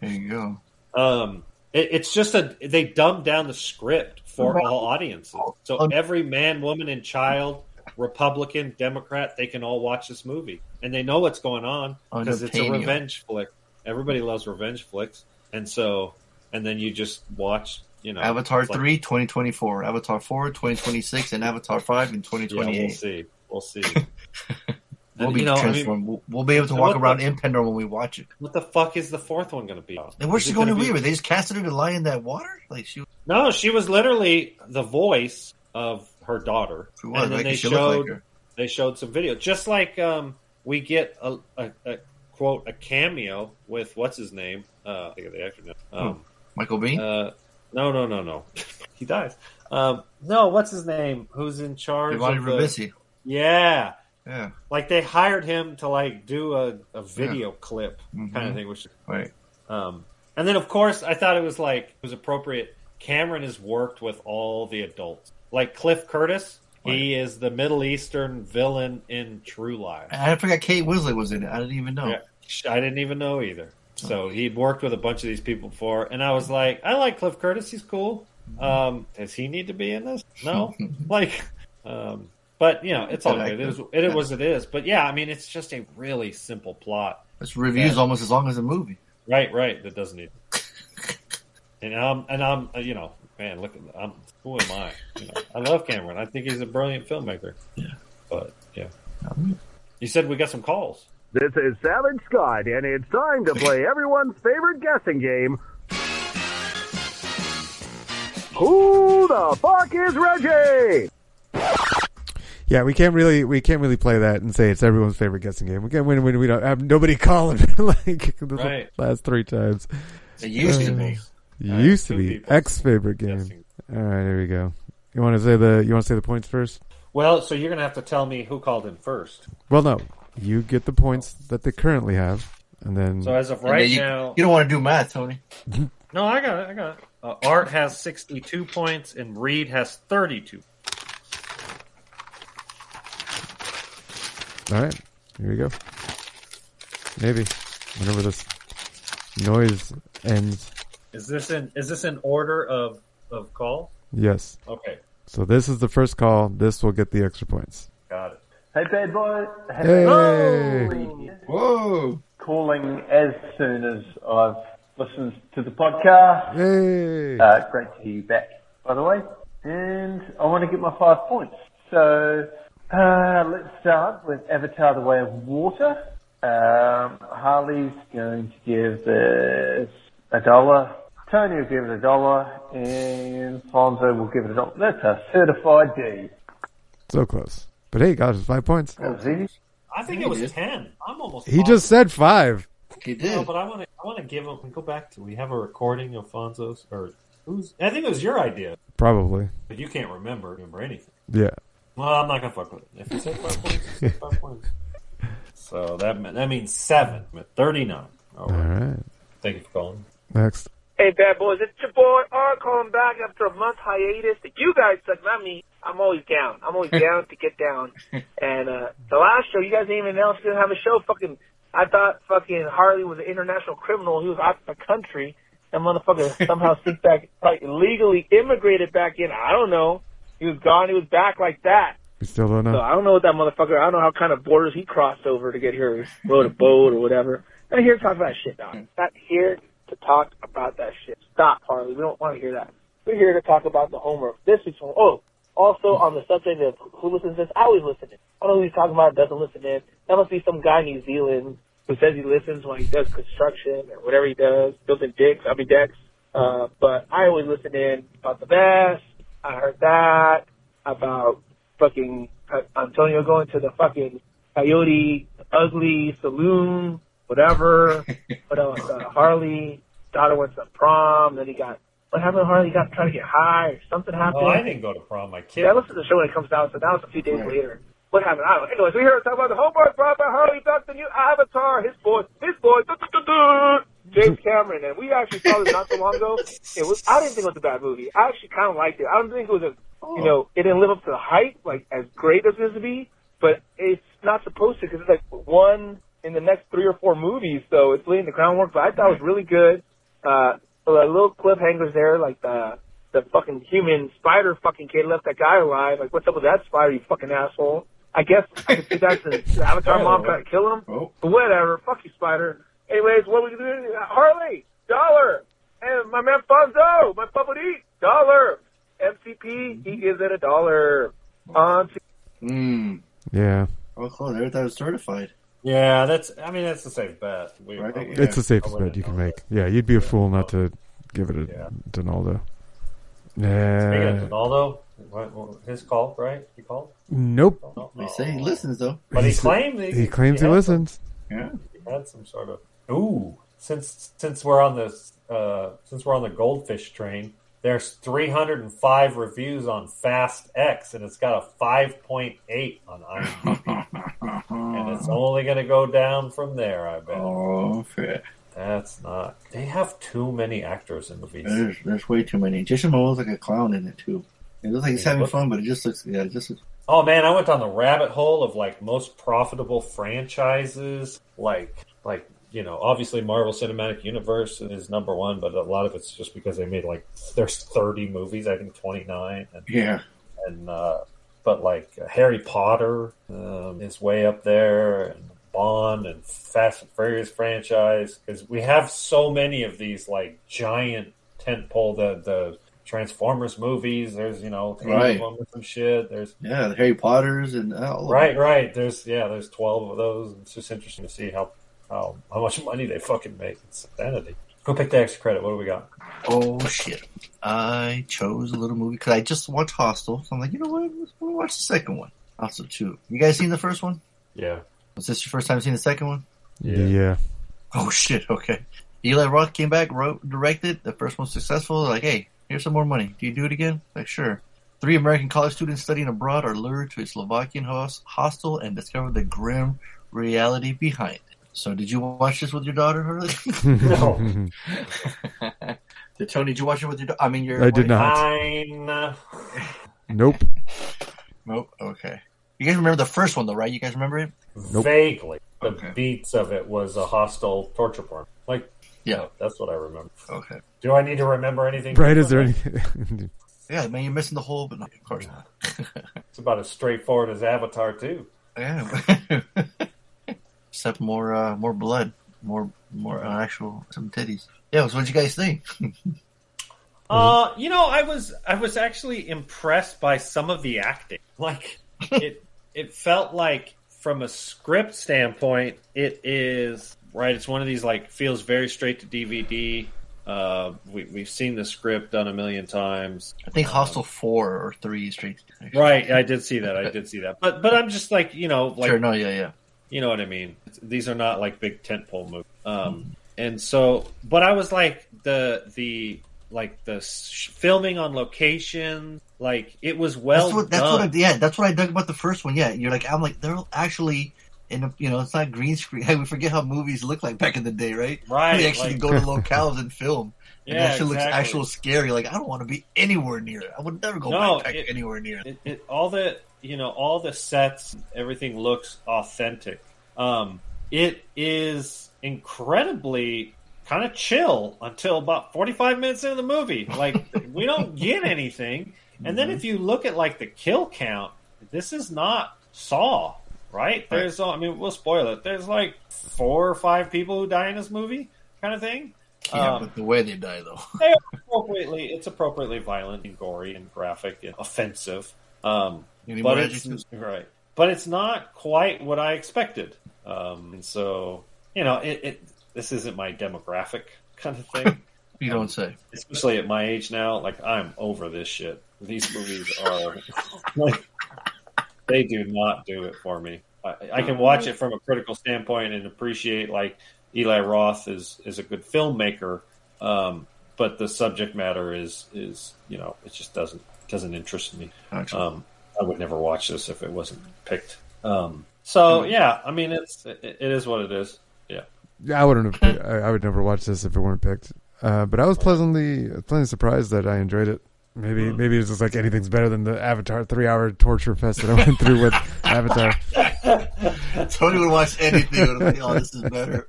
There you go.
Um, it, it's just a they dumbed down the script for all audiences. So every man, woman, and child, Republican, Democrat, they can all watch this movie and they know what's going on because it's a
Unobtainium.
revenge flick. Everybody loves revenge flicks, and so and then you just watch. You know,
Avatar
it's like,
3, 2024. Avatar 4, 2026. And Avatar 5 in
Yeah,
2028.
we'll
we'll,
see. We'll see. And,
be
you know, I mean-
transformed. we'll, we'll be able to
And
walk
what
around
the-
in Pandora when we watch it.
What the fuck is the fourth one going to be? about?
And where's
Is
she
it
going to
gonna be-
leave her? They just casted her to lie in that water? Like she
No, she was literally the voice of her daughter,
She was,
and then
right?
they
'Cause she looked like
showed
her.
they showed some video, just like um, we get a, a, a quote a cameo with what's his name? Uh, I think of the actor now.
Hmm.
Um,
Michael Bean?
uh, no, no, no, no, he dies. Um, no, what's his name? Who's in charge?
Giovanni
of the-
Ribisi.
Yeah,
Yeah.
like they hired him to like do a, a video clip
Mm-hmm.
kind of thing, which
Right.
um, and then, of course, I thought it was like it was appropriate. Cameron has worked with all the adults, like Cliff Curtis. He is the Middle Eastern villain in True Lies.
I forgot Kate Winslet was in it. I didn't even know.
Yeah. Sh- I didn't even know either. So he'd worked with a bunch of these people before, and I was like, I like Cliff Curtis. He's cool. Um, does he need to be in this? No. like, um, but you know, it's all good. It, is, it, it was it is. But yeah, I mean, it's just a really simple plot.
This review is almost as long as a movie.
Right, right. That doesn't need. and I'm, and I'm, uh, you know, man, look, at- I'm. Who am I? You know, I love Cameron. I think he's a brilliant filmmaker. Yeah, but yeah. You said we got some calls.
This is Savage Scott, and it's time to play everyone's favorite guessing game. Who the fuck is Reggie?
Yeah, we can't really we can't really play that and say it's everyone's favorite guessing game. We can't win when we don't have nobody calling like the
Right.
last three times.
It used to be.
Used to
two
be
people's
X favorite game.
guessing.
All right, here we go. You want to say the you want to say the points first?
Well, so you're gonna have to tell me who called in first.
Well, no, you get the points that they currently have, and then
So as of
Yeah,
right
you,
now,
you don't want to do math, Tony.
no, I got it. I got it. Uh, Art has 62 points and Reed has 32.
all right, here we go. Maybe whenever this noise ends,
Is this in is this in order of of call?
yes.
Okay,
So this is the first call. This will get the extra points.
got it.
Hey, bad boy.
Hey,
Whoa.
Calling as soon as I've listened to the podcast.
hey!
Uh, great to hear you back, by the way. And I want to get my five points. So uh, let's start with Avatar: The Way of Water. Um, Harley's going to give this a dollar. Tony will give it a dollar, and Fonzo will give it a dollar. That's a certified
Oh,
D.
so close. But hey, got us five points.
That was easy.
I think it was 10. I'm almost.
He
positive.
just said five.
He did.
No, but I want to. I want to give him. Go back to. We have a recording of Fonzo's or who's? I think it was your idea,
Probably.
but you can't remember remember anything.
Yeah.
Well, I'm not gonna fuck with it. If you said five points, you said five points. So that me- that means seven. I'm at 39. All right.
All right.
Thank you for calling.
Next.
Hey, bad boys, it's your boy R calling back after a month hiatus. You guys suck, not me. I'm always down. I'm always down to get down. And uh the last show, you guys didn't even announce you didn't have a show. Fucking, I thought fucking Harley was an international criminal. He was out of the country. That motherfucker somehow sneaked back, like illegally immigrated back in. I don't know. He was gone. He was back like that.
We still don't
So
know.
I don't know what that motherfucker. I don't know how kind of borders he crossed over to get here. Rode a boat or whatever. Not here to talk about that shit, dog. Not here to talk about that shit. Stop, Harley. We don't want to hear that. We're here to talk about the homework. This week's homework. Oh, also on the subject of who listens to this, I always listen in. I don't know who he's talking about. Doesn't listen in. That must be some guy in New Zealand who says he listens when he does construction or whatever he does, building dicks. I mean decks. Uh, but I always listen in about the best. I heard that about fucking uh, Antonio going to the fucking Coyote Ugly Saloon, whatever. what else? Uh, Harley daughter went to prom. Then he got what happened? to Harley He got trying to get high or something happened.
Oh, I didn't go to prom. My kid.
Yeah, I listen to the show when it comes out. So that was a few days
Right.
later. What happened? I don't know. Anyways, we here to talk about the homework brought by Harley back the new Avatar. His boy, his boy, duh, duh, duh, duh, James Cameron, and we actually saw this not so long ago. It was I didn't think it was a bad movie. I actually kind of liked it. I don't think it was a you know, it didn't live up to the hype, like as great as it is to be, but it's not supposed to because it's like one in the next three or four movies, so it's laying the groundwork. But I thought it was really good. Uh, the little cliffhangers there, like the the fucking human spider fucking kid left that guy alive. Like, what's up with that spider, you fucking asshole? I guess I could see that's the the Avatar mom trying to kill him.
Oh,
But whatever, fuck you, spider. Anyways, what we doing? Harley, dollar, and my man Fonzo, my Papa D, dollar. MCP, he gives it a dollar. On to
Mm.
Yeah.
Oh, cool. Everything was certified.
Yeah, that's. I mean, that's a safe bet. We, oh,
Right?
we-
It's the
I
safest
wouldn't
bet you can make. Yeah, you'd be a fool not to give it a Uh, Donaldo.
Speaking
Yeah.
of Donaldo, what- what- his call, right? He called.
Nope.
They say he listens though.
But he
He's-
claims he,
he claims he
had
listens.
some- he had some sort of ooh. Since since we're on this uh, since we're on the goldfish train, there's 305 reviews on Fast X, and it's got a 5.8 on IMDb, and it's only going to go down from there. I bet.
Oh, fair.
That's not. They have too many actors in movies.
There's, there's way too many. Jason Momoa's like a clown in it too. It looks like he's
Yeah,
having
what-
fun, but it just looks yeah, it just looks
Oh man, I went down the rabbit hole of like most profitable franchises, like like you know, obviously Marvel Cinematic Universe is number one, but a lot of it's just because they made like there's 30 movies, I think 29, and
yeah.
and uh, but like Harry Potter um, is way up there, and Bond and Fast and Furious franchise because we have so many of these like giant tentpole the the Transformers movies. There's you know three
Right.
of them with some shit. There's
Yeah, the Harry Potter's and uh, all of
Right,
it.
right. There's yeah, there's twelve of those. It's just interesting to see how how, how much money they fucking make. It's insanity. Go pick the extra credit. What do we got?
Oh shit! I chose a little movie because I just watched Hostel, so I'm like, you know what? Let's we'll watch the second one. Hostel two. You guys seen the first one?
Yeah.
Was this your first time seeing the second one?
Yeah.
Oh shit! Okay. Eli Roth came back, wrote, directed. The first one was successful. Like, hey, here's some more money. Do you do it again? Like, sure. Three American college students studying abroad are lured to a Slovakian hos- hostel and discover the grim reality behind it. So, did you watch this with your daughter? Hurley?
No.
did Tony? Did you watch it with your? da- I mean, your.
I did not.
Nine.
Nope.
Nope. Oh, Okay. You guys remember the first one though, right? You guys remember it?
Nope.
Vaguely, the beats of it was a hostile torture porn. Like,
Yeah.
no, that's what I remember.
Okay.
Do I need to remember anything?
Right? Is there any?
Yeah, man, you're missing the whole, but no, of course not.
It's about as straightforward as Avatar too.
Yeah. Except more, uh, more blood, more, more uh, actual some titties. Yeah. So, what'd you guys think?
Uh, you know, I was I was actually impressed by some of the acting. Like it it felt like from a script standpoint, it is right. It's one of these like feels very straight to DVD. Uh, we, we've seen the script done a million times.
I think Hostel four or three straight.
Right, I did see that. I did see that. But but I'm just like you know like
sure. No. Yeah. Yeah.
you know what I mean? These are not like big tentpole movies. Um, and so, but I was like the the like the sh- filming on location, like it was well
that's what, that's
done.
what I, yeah, that's what I dug about the first one. Yeah, you're like, I'm like, they're actually and you know it's not green screen. we forget how movies look like back in the day, right?
Right,
We actually
like-
go to locales and film. and
Yeah,
that shit looks
exactly.
actual scary. Like I don't want to be anywhere near it. I would never go
No,
backpack
it-
anywhere near it.
It, it, all the you know all the sets, everything looks authentic. Um, it is incredibly kind of chill until about forty five minutes into the movie. Like we don't get anything, and then
Mm-hmm.
if you look at like the kill count, this is not Saw, right? There's uh, I mean we'll spoil it. There's like four or five people who die in this movie, kind of thing.
Yeah,
Um,
but the way they die though.
they are appropriately it's appropriately violent and gory and graphic and offensive. Um,
Any
but
more
it's
adjectives?
right, but it's not quite what I expected. Um, and so you know, it, it this isn't my demographic kind of thing.
You don't say.
Especially at my age now, like I'm over this shit. These movies are like they do not do it for me. I, I can watch it from a critical standpoint and appreciate like Eli Roth is is a good filmmaker, um, but the subject matter is is you know it just doesn't doesn't interest me.
Gotcha.
Um, I would never watch this if it wasn't picked. Um, so yeah, I mean it's it, it is what it is. Yeah.
Yeah, I wouldn't have. picked- I I would never watch this if it weren't picked. Uh, but I was pleasantly pleasantly surprised that I enjoyed it. Maybe maybe it's just like anything's better than the Avatar three hour torture fest that I went through with Avatar.
Tony would watch anything and be like, "Oh, this is better."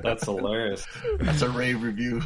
That's hilarious.
That's a rave review.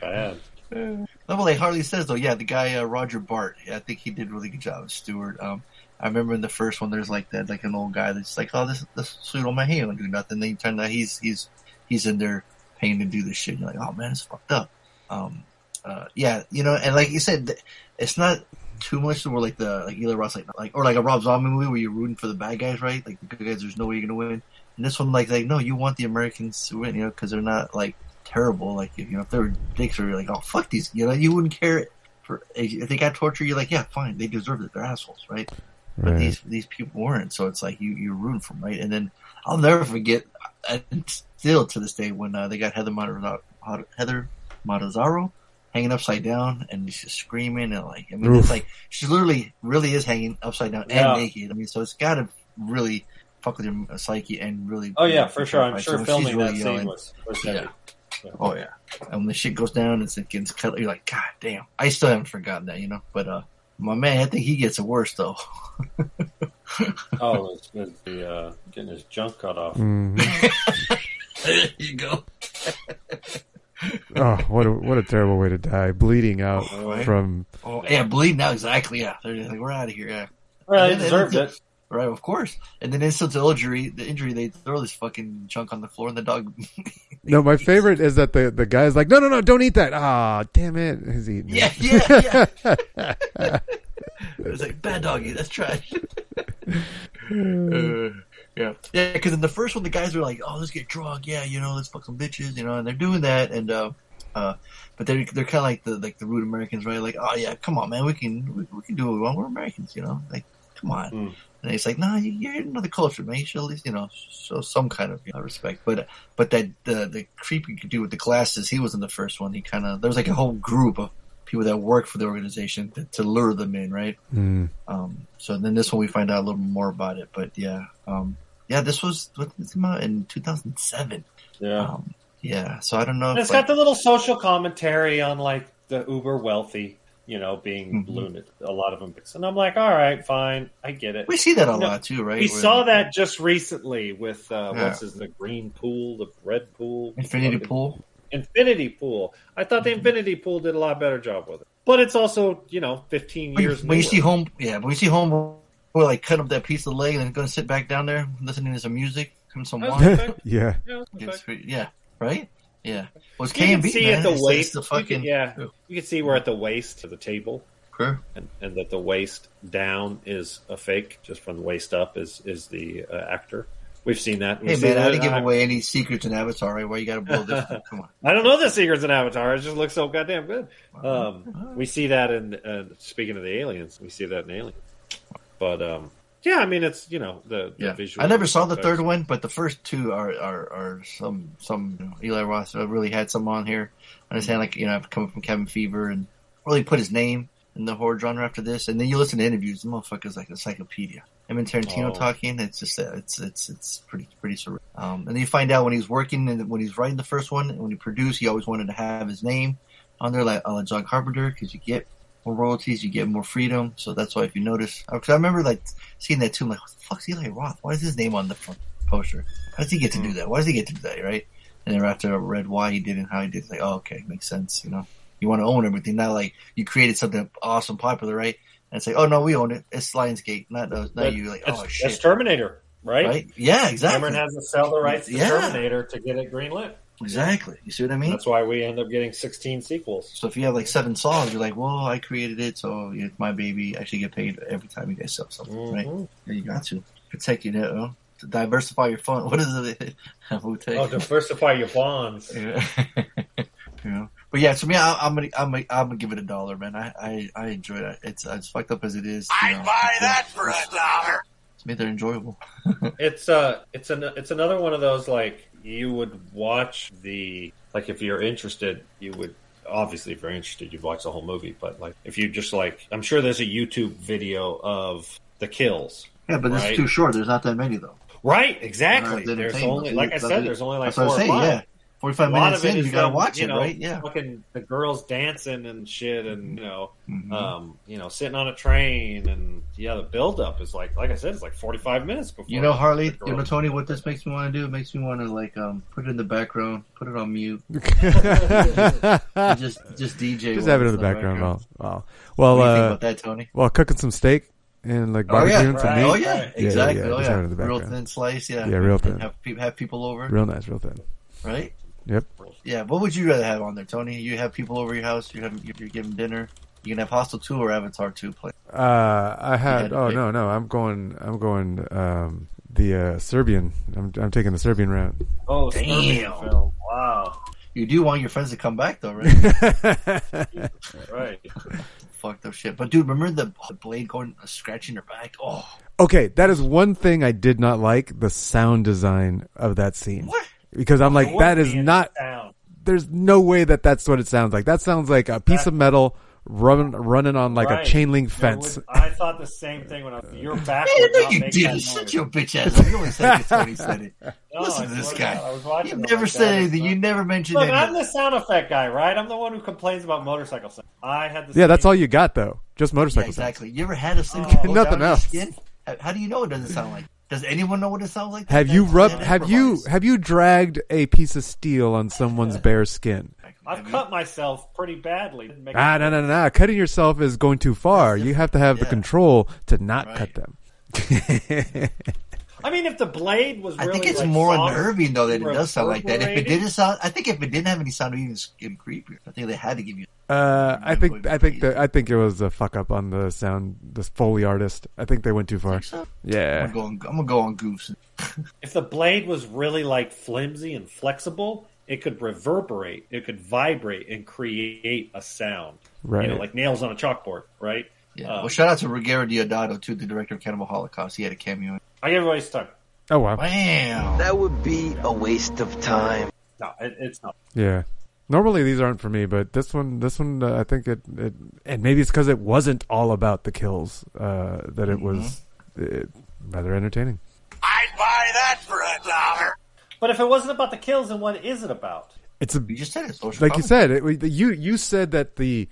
Bad.
Well, like Harley says though, yeah, the guy uh, Roger Bart, I think he did a really good job as Stewart. Um, I remember in the first one, there's like that, like an old guy that's like, "Oh, this this suit on my hand don't do nothing." Then you turn out he's he's he's in there paying to do this shit. And you're like, "Oh man, it's fucked up." Um, uh, yeah, you know, and like you said, th- it's not too much to where like the like Eli Ross like like or like a Rob Zombie movie where you're rooting for the bad guys, right? Like the good guys, there's no way you're gonna win. And this one, like, like no, you want the Americans to win, you know, because they're not like terrible. Like, you know, if they were dicks, or you're like, oh fuck these, you know, you wouldn't care. For if they got tortured, you're like, yeah, fine, they deserved it. They're assholes, right? But
Right.
these these people weren't, so it's like you you're rooting for 'em, right? And then I'll never forget, and still to this day, when uh, they got Heather Matarazzo, Heather Matarazzo hanging upside down, and she's screaming and like, I mean,
Oof.
it's like she literally really is hanging upside down
Yeah.
and naked. I mean, so it's got to really fuck with your psyche and really.
Oh yeah, for sure. I'm
Right,
sure
so she's
filming
really
that scene
yelling.
was, was
Yeah.
heavy. Yeah.
Oh yeah, and when the shit goes down, it's against cut. You're like, God damn! I still haven't forgotten that, you know. But uh, my man, I think he gets it worse though.
Oh, it's with the uh, getting his junk cut off.
Mm-hmm.
Mm-hmm.
there you go.
Oh, what a, what a terrible way to die, bleeding out
Right?
from.
Oh yeah, bleed now exactly. Yeah, they're just like we're out of here. Yeah,
Well, they
And then-
deserved it.
Right, of course. And then insult to injury, the injury, they throw this fucking chunk on the floor, and the dog.
No, my favorite is that the the guy's like, no, no, no, don't eat that. Ah, damn it, he's eating.
yeah, yeah,
it.
yeah. it's like bad doggy. That's trash. Uh, yeah, yeah. Because in the first one, the guys were like, "Oh, let's get drunk. Yeah, you know, let's fuck some bitches. You know," and they're doing that. And uh, uh, but they're they're kind of like the like the rude Americans, right? Like, "Oh yeah, come on, man. We can we, we can do what we want. We're Americans, you know. Like, come on." And he's like, "No, nah, you- you're another culture, man. You should at least, you know, show some kind of you know, respect." But but that the the creepy dude with the glasses, he was in the first one. He kind of there was like a whole group of people that work for the organization to, to lure them in, right?
Mm.
Um, so then this one we find out a little more about it, but yeah, um, yeah, this was what did this come out in 2007.
Yeah.
Um, yeah, so I don't know.
And
If,
it's
like,
got the little social commentary on like the uber wealthy, you know,
Mm-hmm.
being lunatic. A lot of them, and I'm like, all right, fine, I get it.
we see that a
You know,
lot too, right?
We
Where-
saw that just recently with uh,
Yeah.
what's his the green pool, the red pool,
Infinity
fucking-
Pool. Mm-hmm.
Infinity Pool. I thought the Infinity Pool did a lot better job with it, but it's also you know 15
When you,
years.
when you
newer.
see home, yeah, when you see home, we're like cut up that piece of leg and then going to sit back down there listening to some music, and some
That's
wine.
perfect.
Yeah.
that's
It's
perfect.
pretty- yeah, right. Yeah, well, it's
You can
K&B,
see
man.
at the
It's-
waist.
it's the
you can-
fucking
yeah, you can see we're at the waist of the table,
Sure.
and, and that the waist down is a fake. Just from the waist up is is the uh, actor. We've seen that. We've
Hey
seen
man, I
that.
didn't give
I-
away any secrets in Avatar, right? Why you got to blow this? up? Come on.
I don't know the secrets in Avatar. It just looks so goddamn good. Um, we see that in uh, speaking of the aliens, we see that in Aliens. But um, yeah, I mean, it's you know the, the
Yeah,
visual.
I never saw the
effects.
third one, but the first two are are, are some some you know, Eli Roth really had some on here. I understand, like you know, coming from Kevin Fever and really put his name in the horror genre after this. And then you listen to interviews, the motherfucker's like an encyclopedia. Him and Tarantino
Oh.
talking, it's just uh, it's it's it's pretty pretty surreal. Um, and then you find out when he's working and when he's writing the first one, and when he produced, he always wanted to have his name on there, like uh, John Carpenter, because you get more royalties, you get more freedom. So that's why if you notice, because I remember like seeing that too, I'm like, what the fuck's Eli Roth? Why is his name on the front poster? How does he get to do that? Why does he get to do that? Right? And then after I read why he did it, and how he did, it, like, oh, okay, makes sense. You know, you want to own everything, not like you created something awesome, popular, right? And say, oh no, we own it. It's Lionsgate, not us, not
That-
you. Like,
that's,
oh shit,
that's Terminator, right?
Right? Yeah, exactly.
Cameron has to sell the rights to
Yeah.
Terminator to get it greenlit.
exactly. You see what I mean?
That's why we end up getting 16 sequels.
So if you have like seven songs, you're like, well, I created it, so it's my baby. I should get paid every time you guys sell something,
Mm-hmm. Oh,
right? And you got to protect your network, to diversify your fund. What is it? Wu-Tang.
Oh, diversify your bonds.
Yeah. you know. But yeah, to me, I, I'm gonna, I'm gonna, I'm gonna give it a dollar, man. I, I, I enjoyed it. It's as fucked up as it is. I'd buy that for a dollar. To me, they're enjoyable.
It's uh it's an it's another one of those like you would watch the like if you're interested, you would obviously if you're interested you'd watch the whole movie, but like if you just like I'm sure there's a YouTube video of the kills.
Yeah, but
right?
it's too short. There's not that many though.
Right, exactly.
Not that
There's
entertaining.
only like I
That's
said,
it.
there's only like
That's what I'm
four or
saying,
five.
yeah. 45
A lot
minutes
of it
in, you
is
gotta
them,
watch
you
it,
know,
right? Yeah.
Fucking the girls dancing and shit, and you know,
Mhm.
um, you know, sitting on a train, and yeah, the buildup is like, like I said, it's like forty five minutes before.
You know, Harley,
the girls-
you know, Tony, what this makes me want to do? It makes me want to like um, put it in the background, put it on mute, And just just DJ,
Just
while
have it
it's
in the background. Wow. wow.
What
Well,
do you think
uh,
about that, Tony?
Well, cooking some steak and like
Oh
barbecuing
yeah,
some meat.
oh yeah, exactly.
just
oh
have it
yeah,
in the
real
background.
thin slice. Yeah,
Yeah, real
And
thin.
Have, pe- have people over,
Real nice, real thin.
right?
Yep.
Yeah. What would you rather have on there, Tony? You have people over your house. You have you're giving dinner. You can have Hostel Two or Avatar Two play.
Uh, I
had
had.
to
Oh
pick.
no, no. I'm going. I'm going. Um, the uh, Serbian. I'm. I'm taking the Serbian route.
Oh,
Damn.
Serbian film. Wow.
You do want your friends to come back though, right?
right.
Fucked up shit. But dude, remember the the blade going uh, scratching her back? Oh,
Okay, that is one thing I did not like the sound design of that scene. Because I'm like,
What
that is
man
not.
sound?
There's no way that that's what it sounds like. That sounds like a piece of metal run, running on like
Right.
a chain link
There
fence.
was- I thought the same thing when I, your
Man,
back. would
no,
not
you
make
didn't.
that
Shut
noise.
your bitch ass up. You only said it when he said it.
No,
Listen
I
to this
swear to
guy.
God, I was watching
You
it
never
like
said
that.
anything. You never mentioned
Look,
anything.
I'm the sound effect guy, right? I'm the one who complains about motorcycle sound. I had the
Yeah, that's
same-
all you got though. Just
Yeah,
motorcycles.
exactly. You ever had a thing
Oh.
go
Nothing
down your
else.
Skin? How, how do you know it doesn't sound like? Does anyone know what it sounds like?
Have you
That's-
rubbed?
that
Have you have you dragged a piece of steel on someone's bare skin?
I've cut myself pretty badly. Didn't make
Ah,
it-
no, no, no, no. Cutting yourself is going too far. You have to have the control to not cut them.
I mean, if the blade was,
I
really
think it's
like,
more
soft,
unnerving though that it
more
does sound like that. If it
perforated-
didn't sound, I think if it didn't have any sound, it would even skin creepier. I think they had to give you.
uh, I think I think that I think it was a fuck up on the sound, the foley artist. I think they went too far.
I'm
Yeah.
gonna go on, I'm gonna go on goofs.
if the blade was really like flimsy and flexible, it could reverberate, it could vibrate and create a sound. You know,
Right.
like nails on a chalkboard, right?
Yeah.
Um,
well, shout out to Ruggero Diodato too, the director of Cannibal Holocaust. He had a cameo. in
I gave away his time.
Oh wow.
Bam.
That would be a waste of time.
No, it, it's not.
Yeah. Normally these aren't for me, but this one, this one, uh, I think it, it, and maybe it's because it wasn't all about the kills uh, that it was
Mm-hmm.
uh rather entertaining.
But if it wasn't about the kills, then what is it about?
It's a,
you just said it, social
like you said, it, we- you you said that the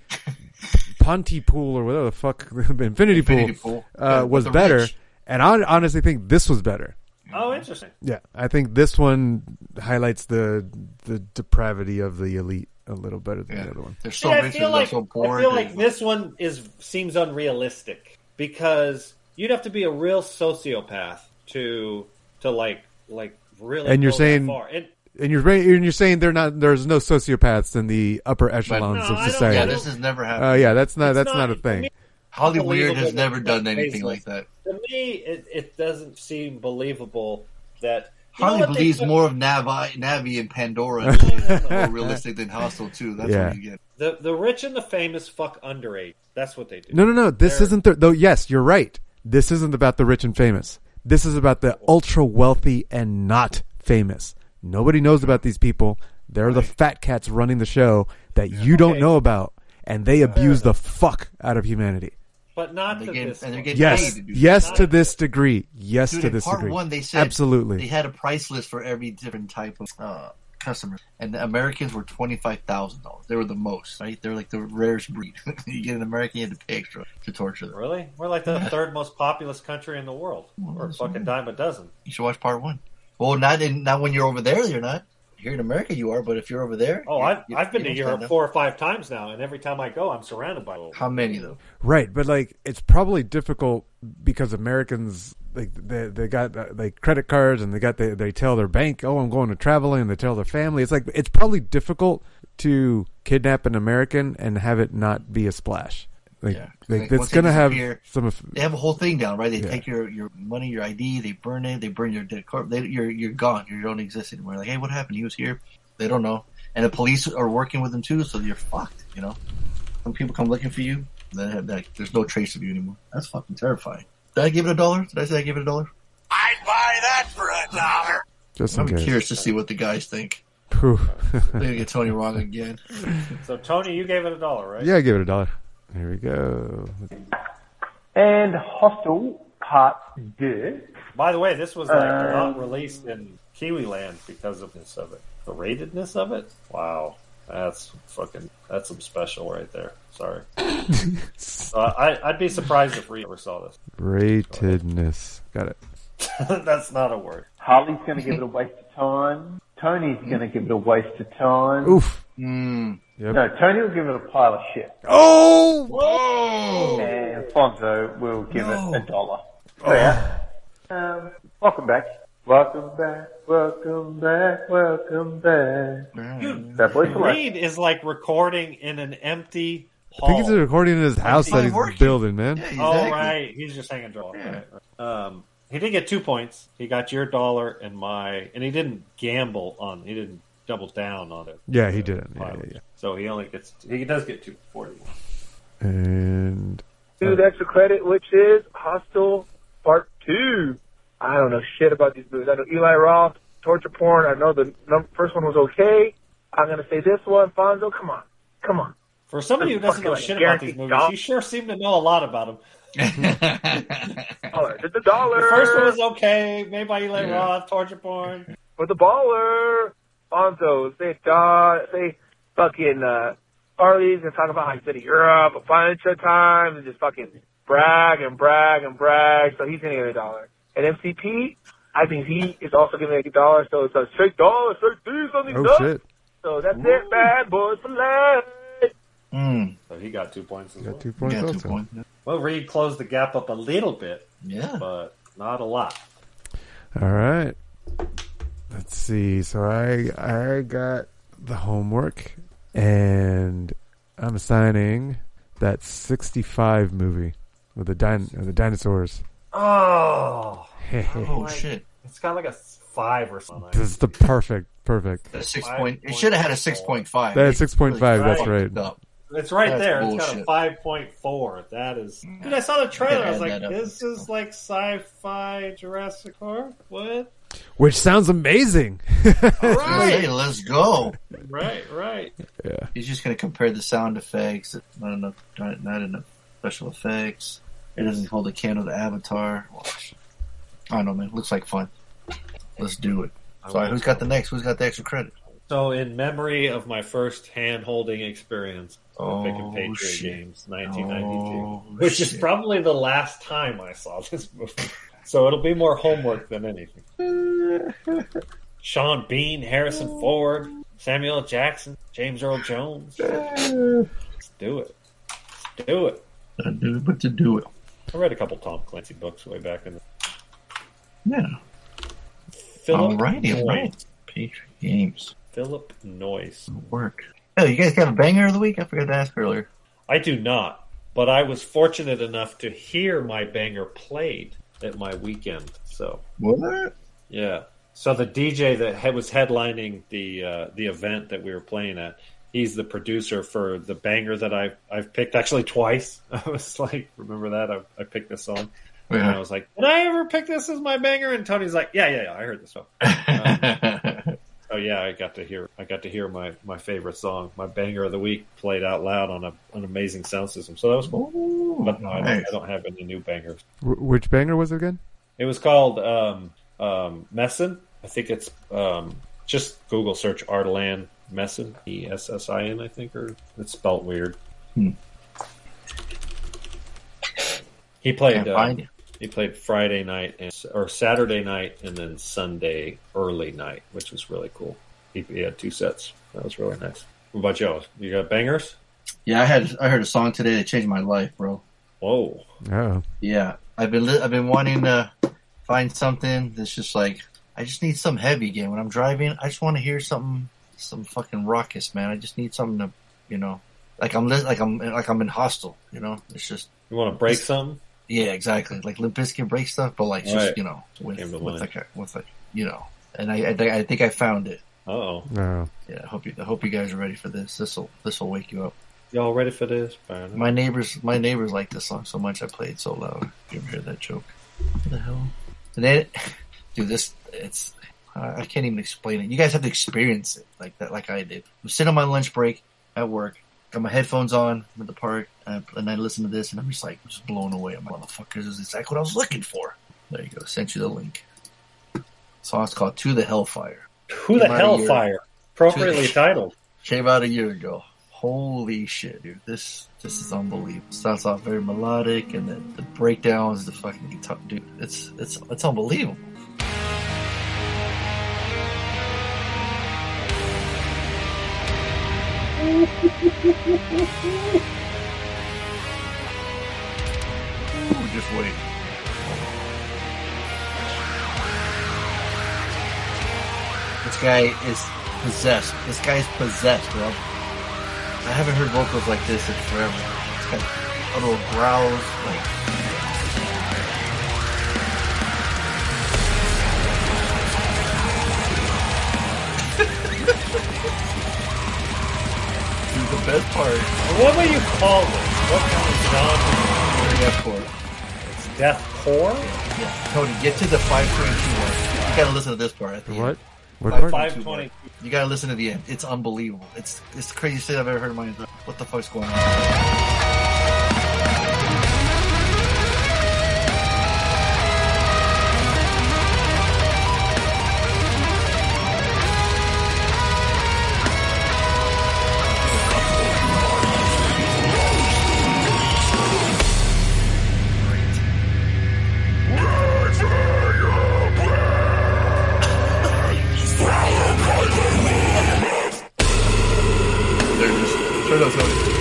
Ponty pool or whatever the fuck Infinity,
Infinity
pool,
Pool.
Uh,
Yeah, with
was
the
better,
rich.
and I honestly think this was better.
Oh, interesting.
Yeah, I think this one highlights the the depravity of the elite a little better than the other one.
They're
See, I feel like I feel like this one is seems unrealistic because you'd have to be a real sociopath to to like like really.
and you're
go that
saying
far. And,
and you're and you're saying they're not there's no sociopaths in the upper echelons
No, I
of
don't-
society.
yeah, this has
never
Uh,
happened.
yeah, that's not
It's
that's
not-
not, a thing.
Holly Weird
Unbelievable
has never
that
done
that's
anything like
baseless.
that.
to me, it, it doesn't seem believable that you know
Harley
what they
believes
took-
more of Navi, Navi and Pandora is more realistic than Hostile 2. That's
Yeah.
what you get.
The the rich and the famous fuck underage. That's what they do.
No, no, no. This
They're-
isn't the, though. Yes, you're right. This isn't about the rich and famous. This is about the ultra wealthy and not famous. Nobody knows about these people. They're the fat cats running the show that you don't know about, and they abuse the fuck out of humanity.
But not to this.
and they're getting paid
Yes,
to do
yes
that.
to this degree. Yes
Dude,
to
in
this
part
degree.
one, they said
absolutely.
They had a price list for every different type of uh, customer, and the Americans were twenty five thousand dollars. They were the most, right? They're like the rarest breed. you get an American, you have to pay extra to torture them.
Really? We're like the third most populous country in the world. We're a fucking dime a dozen.
You should watch part one. Well, not in not when you're over there, you're not. Here in America, you are, but if you're over there,
Oh,
you-
I've,
you-
I've been
you
to
don't
Europe
stand up.
four or five times now, and every time I go, I'm surrounded by old.
How many though?
Right, but like it's probably difficult because Americans like they they got uh, like credit cards and they got they they tell their bank, "Oh, I'm going to travel," and they tell their family. It's like it's probably difficult to kidnap an American and have it not be a splash. Like, like,
Like,
it's
once they
going to have
disappear,
some of
They have a whole thing down, right? They
Yeah.
take your, your money, your ID, they burn it, they burn your dead corpse. They, you're you're gone. You don't exist anymore. Like, hey, what happened? He was here. They don't know, and the police are working with them too, so you're fucked. You know, when people come looking for you, then have that, there's no trace of you anymore. That's fucking terrifying. Did I give it a dollar? Did I say I give it a dollar?
just in
I'm
case.
curious to see what the guys think.
Phew.
They're gonna get Tony wrong again.
So, Tony, you gave it a dollar, right?
yeah, I give it a dollar. Here we go.
And Hostel Part Deux.
By the way, this was like
Uh,
Um,
not released in Kiwi land because of this of it, the ratedness of it. Wow, that's fucking that's some special right there. Sorry, So I, I'd be surprised if we ever saw this.
Ratedness. Got it.
that's not a word.
Harley's going to give it a waste of time. Tony's going to give it a waste of time.
Oof.
Mm.
Yep.
No, Tony will give it a pile of shit.
Oh!
And Fonzo will give it a dollar. So,
Oh.
yeah. Um, welcome back. Welcome back. Welcome back. Welcome back. Bad Boys for Life.
Reed is like recording in an empty
I
hall.
think he's recording in his house that
not
he's
working.
building, man.
Oh right, he's just hanging draw. Um, he did get two points. He got your dollar and my, and he didn't gamble on. He didn't double down on it.
Yeah, he didn't. Yeah, yeah, yeah.
So he only gets. He does get two forty.
And
Dude, extra credit, which is Hostel Part 2. I don't know shit about these movies. I know Eli Roth, torture porn. I know the num- first one was okay. I'm going to say this one. Fonzo, come on. Come on.
For somebody who doesn't know
Fucking
shit about
guaranteed
these movies,
dollar.
you sure seem to know a lot about them.
Dollar. It's a dollar.
The first one was okay, made by Eli
Yeah.
Roth, torture porn.
For the baller. Fonzo, say, da, say fucking uh, Harley's and talk about how he's been to Europe a bunch of times and just fucking brag and brag and brag. So he's going to get a dollar. And MCP, I think he is also going to get a dollar. So it's a straight dollar, straight these on these
Oh,
nuts.
shit.
So that's it, bad boys for life.
So he got two points as well.
Two points
Hmm. Yeah, two
also.
points.
Well, Reed closed the gap up a little bit,
Yeah.
but not a lot.
All right. Let's see. So I I got the homework and I'm assigning that 65 movie with the din- uh, the dinosaurs.
Oh,
Oh shit!
it's got like a five or something.
this is the perfect perfect.
A six point. It should have had a six point five.
They had 6.5, that's right.
It's right
That's
there. It's got a
bullshit.
five point four. That is. Dude, I saw the trailer. I was
Add
like,
that up.
this is like sci-fi Jurassic Park. What?
Which sounds amazing.
Hey, let's go.
Right, right.
yeah.
He's just going to compare the sound effects. Not enough. Not, not enough special effects. It doesn't hold a candle to Avatar. Well, I don't know, man. Looks like fun. Let's do it. So who's got the next? Who's got the extra credit?
So, in memory of my first hand holding experience of Pick and Patriot
Oh, shit.
Games, 1992,
Oh,
which is
shit.
probably the last time I saw this movie. So, it'll be more homework than anything. Sean Bean, Harrison Ford, Samuel L. Jackson, James Earl Jones. Let's do it. Let's do it.
I do, but to do it.
I read a couple Tom Clancy books way back in the
Yeah.
Philip
Alrighty,
Noyce.
alright. Patriot Games.
Philip Noyce.
Work. Oh, you guys got a banger of the week? I forgot to ask earlier.
I do not, but I was fortunate enough to hear my banger played at my weekend. So
What?
yeah, so the DJ that had, was headlining the uh, the event that we were playing at, he's the producer for the banger that I've I've picked actually twice. I was like, remember that I, I picked this song. And I was like, "Did I ever pick this as my banger?" And Tony's like, "Yeah, yeah, yeah. I heard this song." Oh yeah, I got to hear I got to hear my, my favorite song, my banger of the week, played out loud on a, an amazing sound system. So that was cool. but no, I, don't, I don't have any new bangers.
Wh- which banger was it again?
It was called um, um, Messin. I think it's um, just Google search Artland Messin, E S S I N, I think, or it's spelt weird.
Hmm.
He played.
Can't
Uh,
find it.
he played Friday night and or Saturday night, and then Sunday early night, which was really cool. He, he had two sets. That was really nice. What about y'all? You got bangers?
Yeah, I had I heard a song today that changed my life, bro.
Whoa.
Oh,
Yeah, I've been li- I've been wanting to find something that's just like I just need some heavy game when I'm driving. I just want to hear something some fucking raucous, man. I just need something to you know like I'm li- like I'm like I'm in hostel, you know. It's just
You want to break something?
yeah, exactly like Limp Bizkit break stuff, but like just
Right.
you know with
Came to
with
mind.
like a, with like you know. And I I, think- I think I found it.
Oh,
no.
Yeah, I hope you I hope you guys are ready for this. This will this will wake you up.
y'all ready for this? Fine.
My neighbors, my neighbors liked this song so much. I played it so loud. You ever hear that joke? What the hell? And then, dude, this it's I I can't even explain it. You guys have to experience it like that, like I did. I'm sitting on my lunch break at work, got my headphones on I'm at the park, and I- and I listen to this, and I'm just like just blown away. I'm like, motherfuckers, this is exactly what I was looking for. There you go. Sent you the link. song's called "To the Hellfire."
Who the
Came out a year-
Hellfire? Appropriately titled.
Came out a year ago. Holy shit, dude! This this is unbelievable. Starts off very melodic, and then the breakdowns, the fucking guitar, dude. It's it's it's unbelievable. Ooh, just wait. This guy is possessed. This guy is possessed, bro. I haven't heard vocals like this in forever. It's got little growls, like. Dude, the best part.
What would you call this? What kind of genre?
Deathcore.
It's deathcore.
Yeah, Tony, get to the 522 one. You gotta listen to this part. At the
What?
End.
What
By
part?
five twenty.
You gotta listen to the end. It's unbelievable. It's it's the craziest shit I've ever heard in my entire What the fuck's going on? There it is. Turn it up, Tony.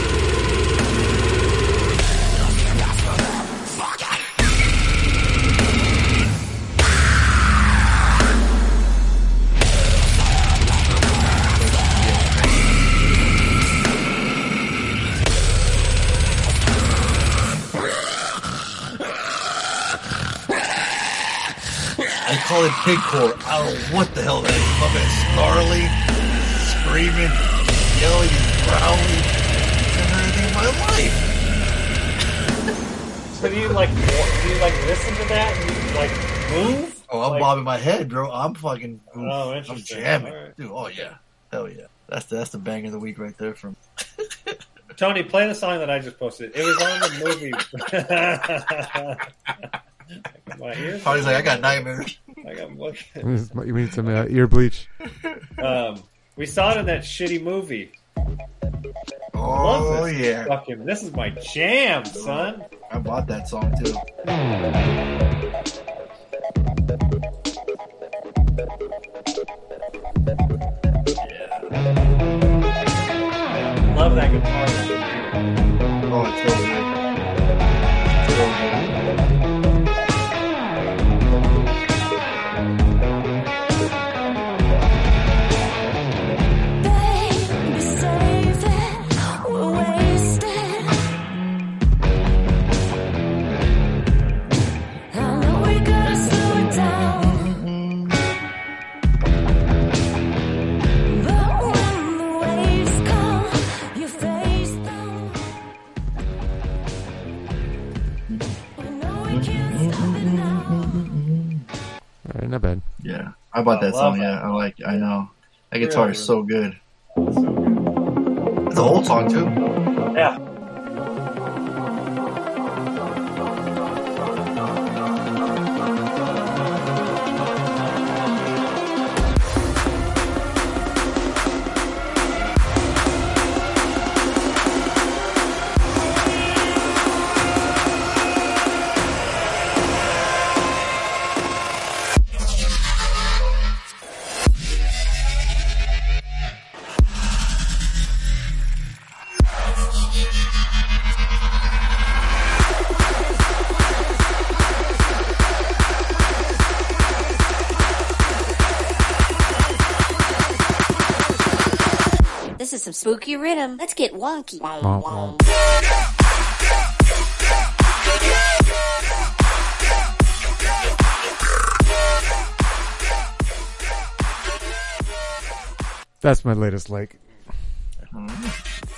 I call it pigcore. I don't know what the hell that is. Love it. Snarly, screaming, yelling, and growling. Never heard anything in my life.
So do you like wa- do you like listen to that and you like move?
Oh, I'm
Like-
bobbing my head, bro. I'm fucking.
Oh,
I'm
interesting.
jamming,
All right.
dude. Oh yeah, hell yeah. That's the, that's the bang of the week right there. From
Tony, play the song that I just posted. It was on the movie. My ears.
Tony's like, I got nightmares.
I got look-
you need some uh, ear bleach.
um, we saw it in that shitty movie. Love
Oh
this
yeah,
Fucking, this is my jam, son.
I bought that song too.
Love that guitar.
Oh, it's so good.
All right, not bad.
Yeah, I bought
I
that
love
song.
that
Yeah, I like. I know. That guitar is so good. The whole song too.
Yeah.
This is some spooky rhythm. Let's get wonky.
That's my latest like.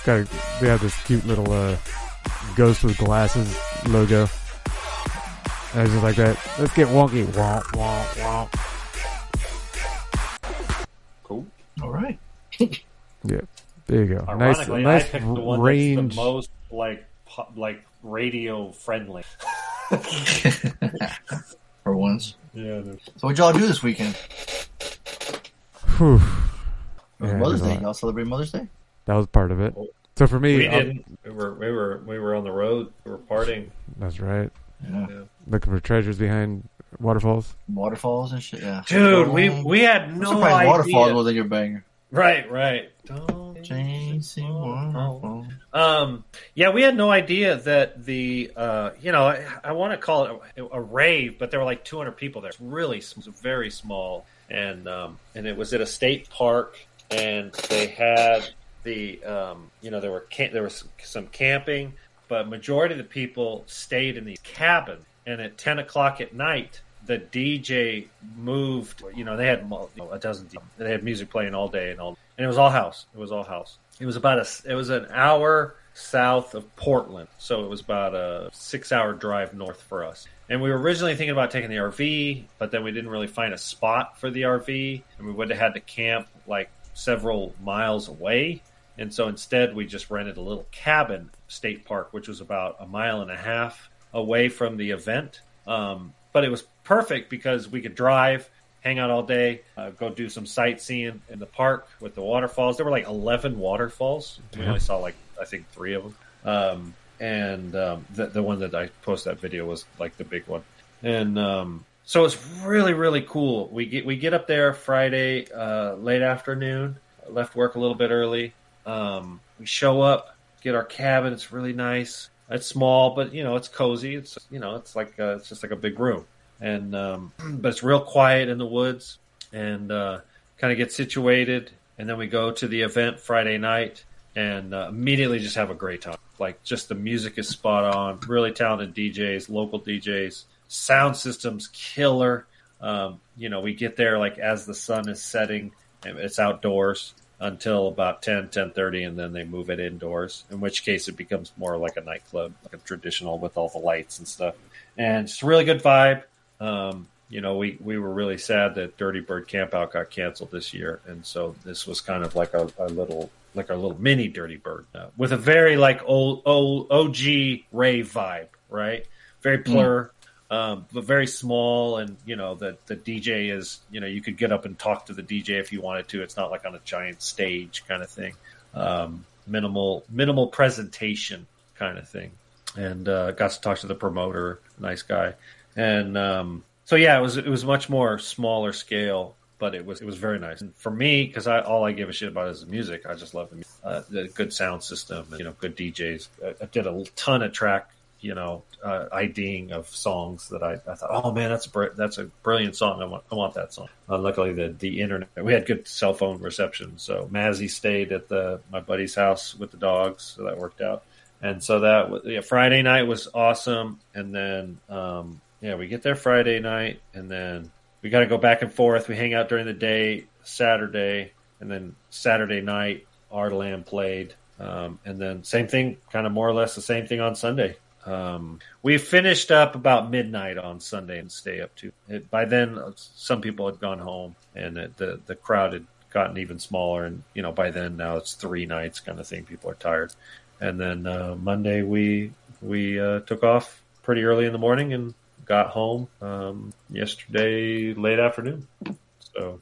Got we have this cute little uh, ghost with glasses logo. And I was just like that. Let's get wonky. Womp womp womp.
Cool.
All right.
Yeah, there you go. Nice,
Ironically,
nice
I picked the one
range.
that's the most like pu- like radio friendly.
For once.
Yeah.
So what y'all do this weekend?
Whew.
It was
Yeah,
Mother's
there's a
Day.
lot.
Y'all celebrate Mother's Day?
That was part of it. So for me,
we
I'll-
didn't. We were we were we were on the road. We were partying.
that's right.
Yeah.
Looking for treasures behind waterfalls.
Waterfalls and shit. Yeah.
Dude, we- we had
I'm
no
surprised
idea.
Waterfalls wasn't your banger.
Right. Right. Um, yeah, we had no idea that the uh, you know I, I want to call it a, a rave, but there were like 200 people there. It's really sm- it's very small, and um, and it was at a state park, and they had the um, you know there were ca- there was some camping, but majority of the people stayed in these cabins, and at 10 o'clock at night. The DJ moved, you know, they had mul- you know, a dozen, DJs. they had music playing all day and all, and it was all house. It was all house. It was about a. It was an hour south of Portland, so it was about a six-hour drive north for us. And we were originally thinking about taking the RV, but then we didn't really find a spot for the RV, and we would have had to camp like several miles away. And so instead, we just rented a little cabin, state park, which was about a mile and a half away from the event. Um, but it was perfect because we could drive, hang out all day, uh, go do some sightseeing in the park with the waterfalls. There were like 11 waterfalls. We
Damn.
only saw like, I think, three of them. Um, and um, the, the one that I posted that video was like the big one. And um, so it's really really cool. We get we get up there Friday uh, late afternoon. Left work a little bit early. Um, we show up, get our cabin. It's really nice. It's small, but you know it's cozy. It's you know it's like uh it's just like a big room, and um, but it's real quiet in the woods. And uh, kind of get situated, and then we go to the event Friday night and uh, immediately just have a great time. Like, just the music is spot on. Really talented DJs, local DJs, sound systems killer. Um, you know, we get there like as the sun is setting, and it's outdoors until about 10 10.30 and then they move it indoors in which case it becomes more like a nightclub like a traditional with all the lights and stuff and it's a really good vibe um, you know, we, we were really sad that Dirty Bird Campout got canceled this year, and so this was kind of like a, a little like a little mini Dirty Bird uh, with a very like old old OG rave vibe, right? Very blur, um, but very small, and you know the the DJ is you know you could get up and talk to the DJ if you wanted to. It's not like on a giant stage kind of thing. Um, minimal minimal presentation kind of thing and uh, got to talk to the promoter, nice guy, and um, so yeah, it was it was much more smaller scale, but it was it was very nice and for me because I all I give a shit about is the music. I just love the, mu- uh, the good sound system, and, you know, good DJs. I, I did a ton of track, you know, uh, IDing of songs that I, I thought, oh man, that's a br- that's a brilliant song. I want I want that song. Uh, luckily, the the internet we had good cell phone reception, so Mazzy stayed at the my buddy's house with the dogs, so that worked out. And so that was, yeah, Friday night was awesome. And then, um, yeah, we get there Friday night and then we got to go back and forth. We hang out during the day, Saturday, and then Saturday night, Ardalan played. Um, and then same thing, kind of more or less the same thing on Sunday. Um, we finished up about midnight on uh, Sunday and stay up to it. By then, some people had gone home and it, the, the crowd had gotten even smaller. And you know, by then now it's three nights kind of thing. People are tired. And then uh, Monday we we uh, took off pretty early in the morning and got home um, yesterday late afternoon. So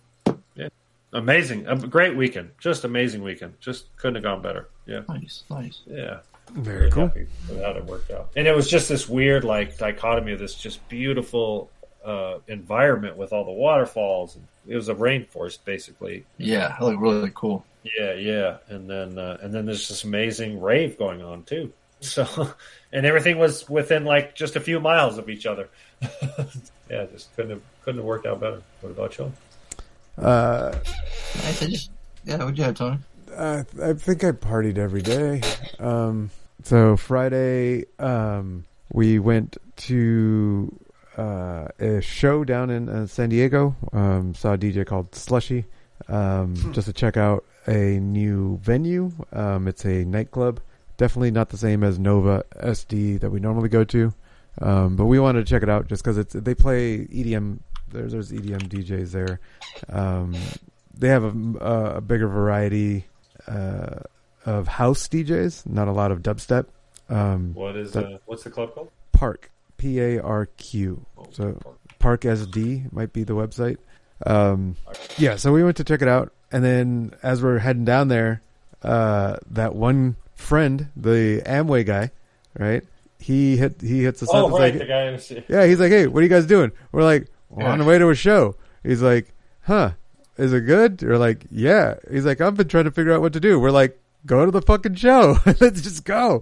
yeah, amazing, a great weekend, just amazing weekend. Just couldn't have gone better. Yeah,
nice, nice.
Yeah,
Very
Really
cool.
happy with how it worked out. And it was just this weird like dichotomy of this just beautiful uh, environment with all the waterfalls. It was a rainforest basically.
Yeah, that looked really cool.
Yeah, yeah, and then uh, and then there's this amazing rave going on too. So, and everything was within like just a few miles of each other. yeah, just couldn't have couldn't have worked out better. What about you?
Uh,
I said, just, yeah, what'd you have, Tony?
I, I think I partied every day. Um, so Friday, um, we went to uh, a show down in uh, San Diego. Um, saw a DJ called Slushy um, just to check out a new venue. Um, it's a nightclub. Definitely not the same as Nova SD that we normally go to, um, but we wanted to check it out just because it's they play EDM. There's there's E EDM DJs there. Um, they have a, a bigger variety uh, of house DJs, not a lot of dubstep. Um,
What is
but-
uh, what's the club called?
Park P A R Q.
Oh,
So Park SD might be the website. Um, yeah, so we went to check it out, and then as we're heading down there, uh, that one friend, the Amway guy, right? He hit he hits us
Oh,
up. It's
right,
like-
the guy in the-
yeah, he's like, "Hey, what are you guys doing?" We're like, "We're on the
Yeah.
way to a show." He's like, "Huh? Is it good?" We're like, "Yeah." He's like, "I've been trying to figure out what to do." We're like, "Go to the fucking show. Let's just go."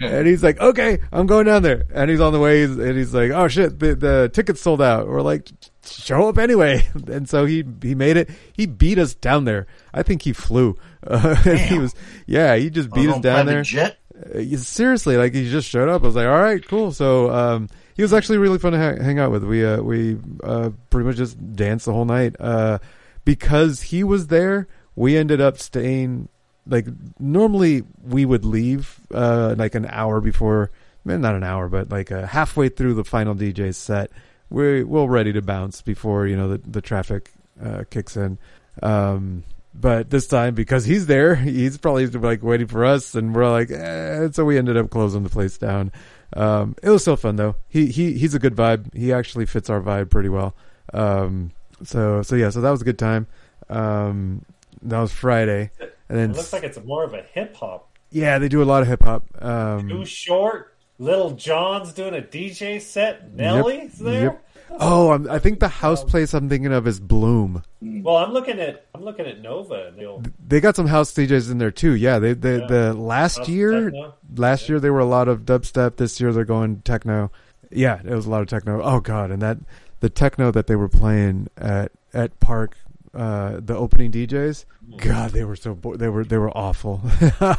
and he's like, "Okay, I'm going down there." And he's on the way, he's- and he's like, "Oh shit, the the tickets sold out." We're like, "Show up anyway." And so he he made it. He beat us down there. I think he flew. Uh, he was yeah. He just beat
On
us
a
down
private
there.
jet?
Uh, yeah, seriously, like he just showed up. I was like, all right, cool. So um, he was actually really fun to ha- hang out with. We uh, we uh, pretty much just danced the whole night. Uh, because he was there, we ended up staying. Like normally, we would leave uh, like an hour before, man, not an hour, but like uh, halfway through the final DJ set. We're we're ready to bounce before you know the the traffic uh, kicks in. Um, but this time, because he's there, he's probably like waiting for us, and we're like, eh, so we ended up closing the place down. Um, it was still fun though. He he he's a good vibe. He actually fits our vibe pretty well. Um, so so yeah, so that was a good time. Um, that was Friday, and then
it looks like it's more of a hip hop.
yeah, they do a lot of hip hop. Um,
Too short. Little John's doing a DJ set. Nelly's there. Um,
Yep. Oh, I'm, I think the house place I'm thinking of is Bloom.
Well, I'm looking at I'm looking at Nova. And they'll-
They got some house DJs in there too. Yeah, they, they
Yeah.
the last
House
year,
techno.
last year they were a lot of dubstep. This year they're going techno. Yeah, it was a lot of techno. Oh god, and that the techno that they were playing at at Park, uh, the opening DJs. God, they were so bo- they were they were awful.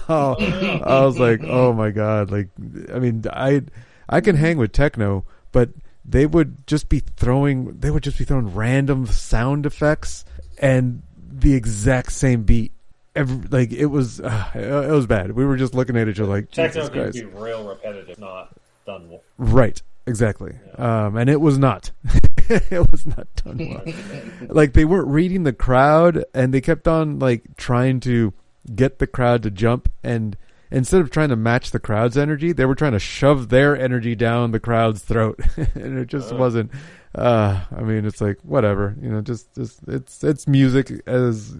I was like, oh my god, like I mean, I I can hang with techno, but they would just be throwing they would just be throwing random sound effects and the exact same beat. Every, like it was, uh, it was bad. We were just looking at each other like,
Techno
Jesus
can
Christ.
be real repetitive, not done well.
Right. Exactly. Um, and it was not. it was not done well. like they weren't reading the crowd and they kept on like trying to get the crowd to jump and instead of trying to match the crowd's energy, they were trying to shove their energy down the crowd's throat. and it just wasn't uh I mean it's like whatever, you know, just just it's it's music as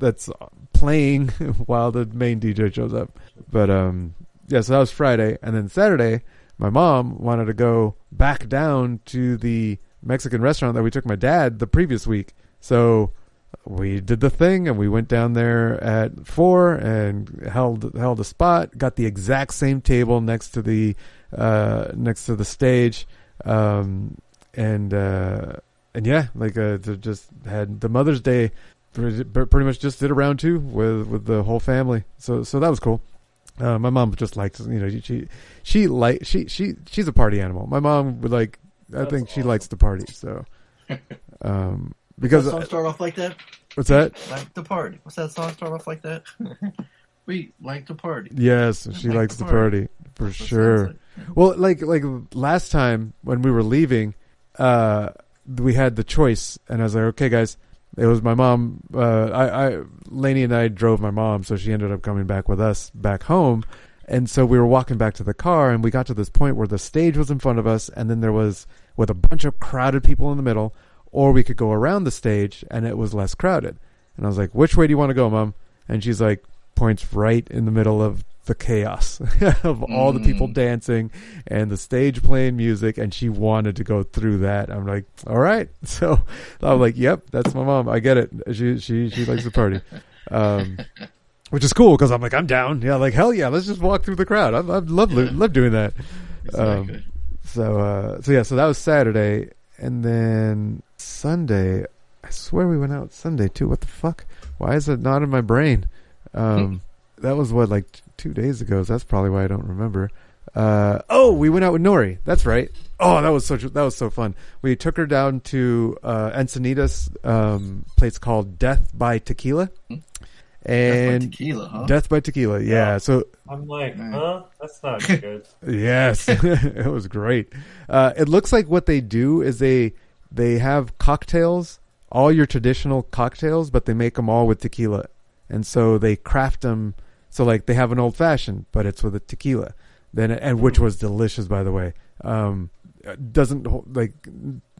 that's playing while the main DJ shows up. But um yeah, so that was Friday, and then Saturday, my mom wanted to go back down to the Mexican restaurant that we took my dad the previous week. So we did the thing, and we went down there at four and held held a spot. Got the exact same table next to the uh, next to the stage, um, and uh, and yeah, like uh, they just had the Mother's Day. Pretty pretty much just did a round two with with the whole family. So so that was cool. Uh, my mom just likes, you know, she she like she she she's a party animal. My mom would like, I think she likes to party. So, um, because
Does that song start off like that?
what's that?
Like the party. What's that song start off like that? we like the party.
Yes, she
Like
likes
the
the party for sure. Well, like like last time when we were leaving, uh, we had the choice, and I was like, okay, guys, It was my mom. Uh, I, I, Lainey and I drove my mom, so she ended up coming back with us back home. And so we were walking back to the car, and we got to this point where the stage was in front of us, and then there was with a bunch of crowded people in the middle, or we could go around the stage, and it was less crowded. And I was like, "Which way do you want to go, mom?" And she's like, points right in the middle of the chaos of all the people dancing and the stage playing music and she wanted to go through that i'm like all right so i'm like yep that's my mom i get it she she she likes the party um which is cool because i'm like i'm down yeah like hell yeah let's just walk through the crowd i, I love love doing that um so uh so yeah so that was saturday and then sunday i swear we went out sunday too what the fuck why is it not in my brain um that was what like t- two days ago. So that's probably why I don't remember. Uh, oh, we went out with Nori. That's right. Oh, that was so that was so fun. We took her down to uh, Encinitas, um, place called Death by Tequila, and Death
Tequila, huh?
by Tequila, Yeah. So
I'm like, huh? That's not good.
yes, it was great. Uh, it looks like what they do is they they have cocktails, all your traditional cocktails, but they make them all with tequila, and so they craft them. So like they have an old fashioned, but it's with a tequila. Then and which was delicious by the way. Um, doesn't hold, like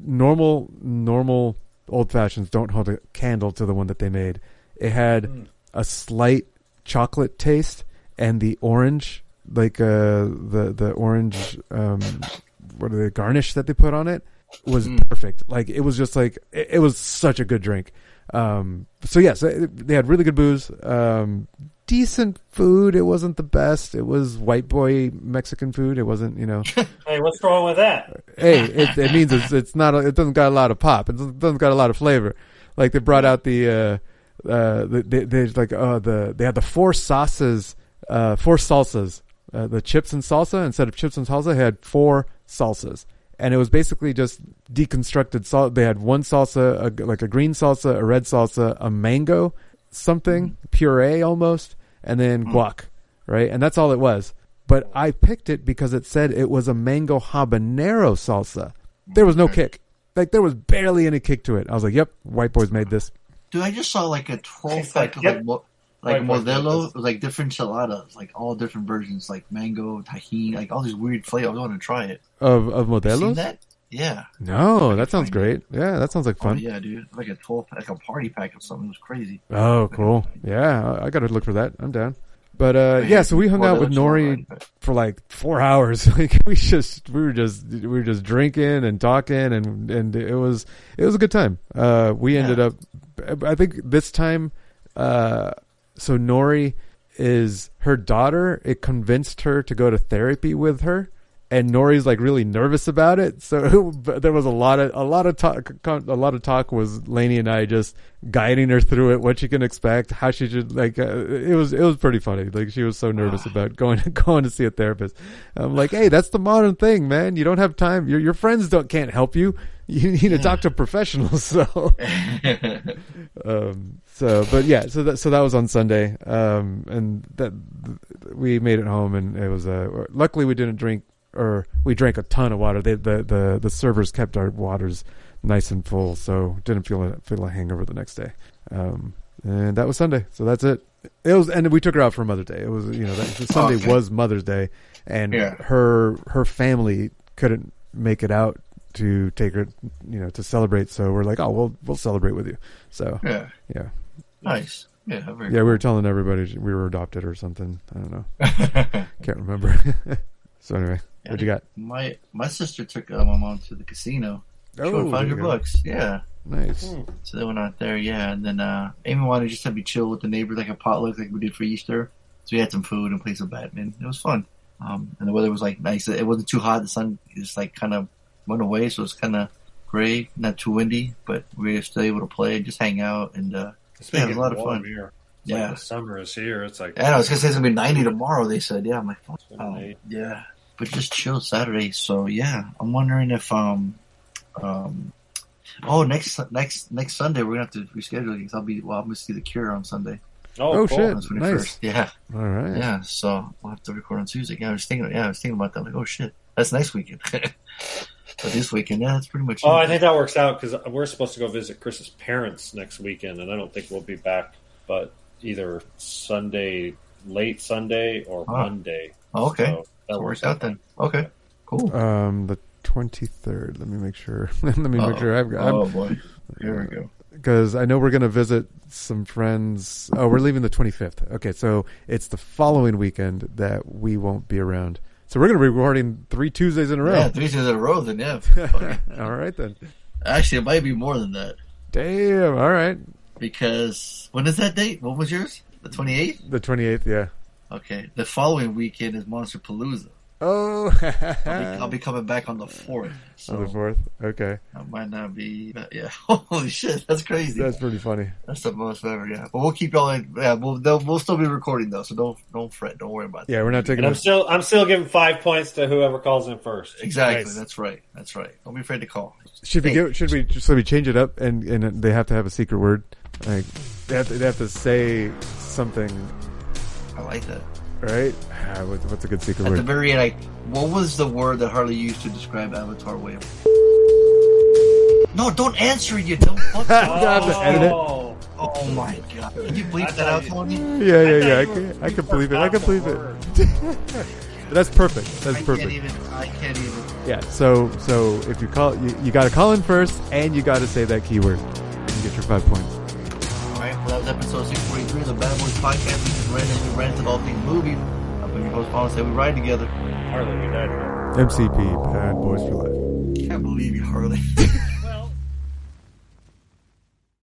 normal normal old fashions don't hold a candle to the one that they made. It had a slight chocolate taste and the orange like uh the the orange um what are the garnish that they put on it was perfect. Like it was just like it, it was such a good drink. Um, so yes, they- they had really good booze, um, decent food. It wasn't the best. It was white boy Mexican food. It wasn't you know.
Hey, what's wrong with that?
hey, it, it means it's, it's not. A, it doesn't got a lot of pop. It doesn't, doesn't got a lot of flavor. Like they brought out the, uh, uh, the- they, they like uh, the they had the four sauces, uh, four salsas. Uh, the chips and salsa instead of chips and salsa, they had four salsas, and it was basically just deconstructed salt. They had one salsa, a, like a green salsa, a red salsa, a mango, something puree almost, and then guac, right? And that's all it was but I picked it because it said it was a mango habanero salsa. There was no kick. Like there was barely any kick to it. I was like, "Yep, white boys made this."
Dude, I just saw like a twelve pack of like, mo- like
Right, right,
Modelo, like different enchiladas, like all different versions, like mango, tahini, like all these weird flavors. I want to try it.
Of of
You seen
Modelo's?
that? Yeah.
No, that sounds great. Yeah, that sounds like
Oh,
fun.
yeah, dude. Like a twelve, like a party pack or something. It was crazy.
Oh, cool. Yeah, I- I got to look for that. I'm down. But uh, yeah, so we hung
Well,
out with
that's all
Nori for like four hours. Like we just we were just we were just drinking and talking, and and it was it was a good time. Uh, we ended up, I think this time, uh, so Nori is her daughter. It convinced her to go to therapy with her and Nori's like really nervous about it. So but there was a lot of a lot of talk. con- A lot of talk was Lainey and I just guiding her through it, what she can expect, how she should like. Uh, it was it was pretty funny. Like she was so nervous about going going to see a therapist. I'm like, hey, that's the modern thing, man. You don't have time. Your your friends don't can't help you. You need to talk to professionals. So. um, so, but yeah, so that so that was on Sunday, um, and that we made it home, and it was. Uh, luckily, we didn't drink, or we drank a ton of water. They, the the the servers kept our waters nice and full, so didn't feel a, feel a hangover the next day. Um, and that was Sunday, so that's it. It was, and we took her out for Mother's Day. It was, you know, that, Sunday
Okay.
was Mother's Day, and
Yeah.
her her family couldn't make it out to take her, you know, to celebrate. So we're like, oh, we'll we'll celebrate with you. So
Yeah.
yeah,
Nice. Yeah, very
yeah. We
cool.
were telling everybody she- we were adopted or something. I don't know. Can't remember. so anyway, what you got?
My my sister took uh, my mom to the casino. She
Oh,
won
there
five
you
hundred
go.
bucks. Yeah.
Nice.
So they went out there, yeah, and then uh Amy wanted just to be chill with the neighbors like a potluck like we did for Easter. So we had some food and played some badminton. It was fun. Um and the weather was like nice. It wasn't too hot, the sun just like kinda went away, so it's kinda gray, not too windy, but we were still able to play and just hang out and uh
It's
yeah, it
been
was a lot of fun.
Here. It's
Yeah.
Like the summer is here. It's like
Yeah, I was gonna say it's gonna be ninety tomorrow. They said, yeah. I'm like, oh, yeah, but just chill Saturday. So yeah, I'm wondering if um um oh next next next Sunday we're gonna have to reschedule because I'll be well I'm gonna see the Cure on Sunday.
Oh, Oh, cool.
On
shit.
the
Nice.
21st. Yeah.
All right.
Yeah. So we'll have to record on Tuesday. Yeah, I was thinking. Yeah, I was thinking about that. Like, oh shit, that's next weekend. But this weekend, yeah, that's pretty much.
Oh,
it.
I think that works out because we're supposed to go visit Chris's parents next weekend, and I don't think we'll be back, but either Sunday, late Sunday, or
Ah.
Monday.
Okay.
So that
So
works
works out then. Okay. Cool.
Um, the twenty third. Let me make sure. Let me make
Uh-oh.
sure I've got.
Oh, boy. Here we go.
Because I know we're gonna visit some friends. Oh, we're leaving the twenty fifth. Okay, so it's the following weekend that we won't be around. So we're gonna be recording three Tuesdays in a row.
Yeah, three days in a row. Then yeah. fuck it.
All right then.
Actually, it might be more than that
Damn. All right.
because when is that date? What was yours? The twenty eighth.
The twenty eighth. Yeah.
Okay. The following weekend is Monster Palooza.
Oh.
I'll be, I'll be coming back on the fourth. So
On the fourth. Okay.
I might not be. But yeah. Holy shit, that's crazy.
That's pretty funny.
That's the most ever, yeah. But we'll keep y'all in. Yeah, we'll they'll- we'll still be recording though, so don't don't fret, don't worry about that.
Yeah, we're not taking.
And I'm still I'm still giving five points to whoever calls in first.
Exactly,
Nice.
that's right, that's right. Don't be afraid to call.
Should we
Hey,
give, should we should we change it up and and they have to have a secret word? Like they have to, they have to say something,
I like that.
right? Ah, what- What's a good secret
At the
word?
very end, like, what was the word that Harley used to describe Avatar Wave? No, don't answer, you dumb fuck.
I have to edit it.
Oh,
Oh my god, did you bleep that out, Tony?
Yeah, yeah, yeah. I can, I can believe it. I can believe it. That's perfect. That's
I can't
perfect.
even. I can't even.
Yeah. So so if you call, you, you got to call in first, and you got to say that keyword and get your five points.
All right, well, that was episode 643 of the Bad Boys Podcast. We just randomly ranted all things movie. I've been your host, Paul, and say we ride together.
Harley United.
MCP, bad boys for life.
Can't believe you, Harley.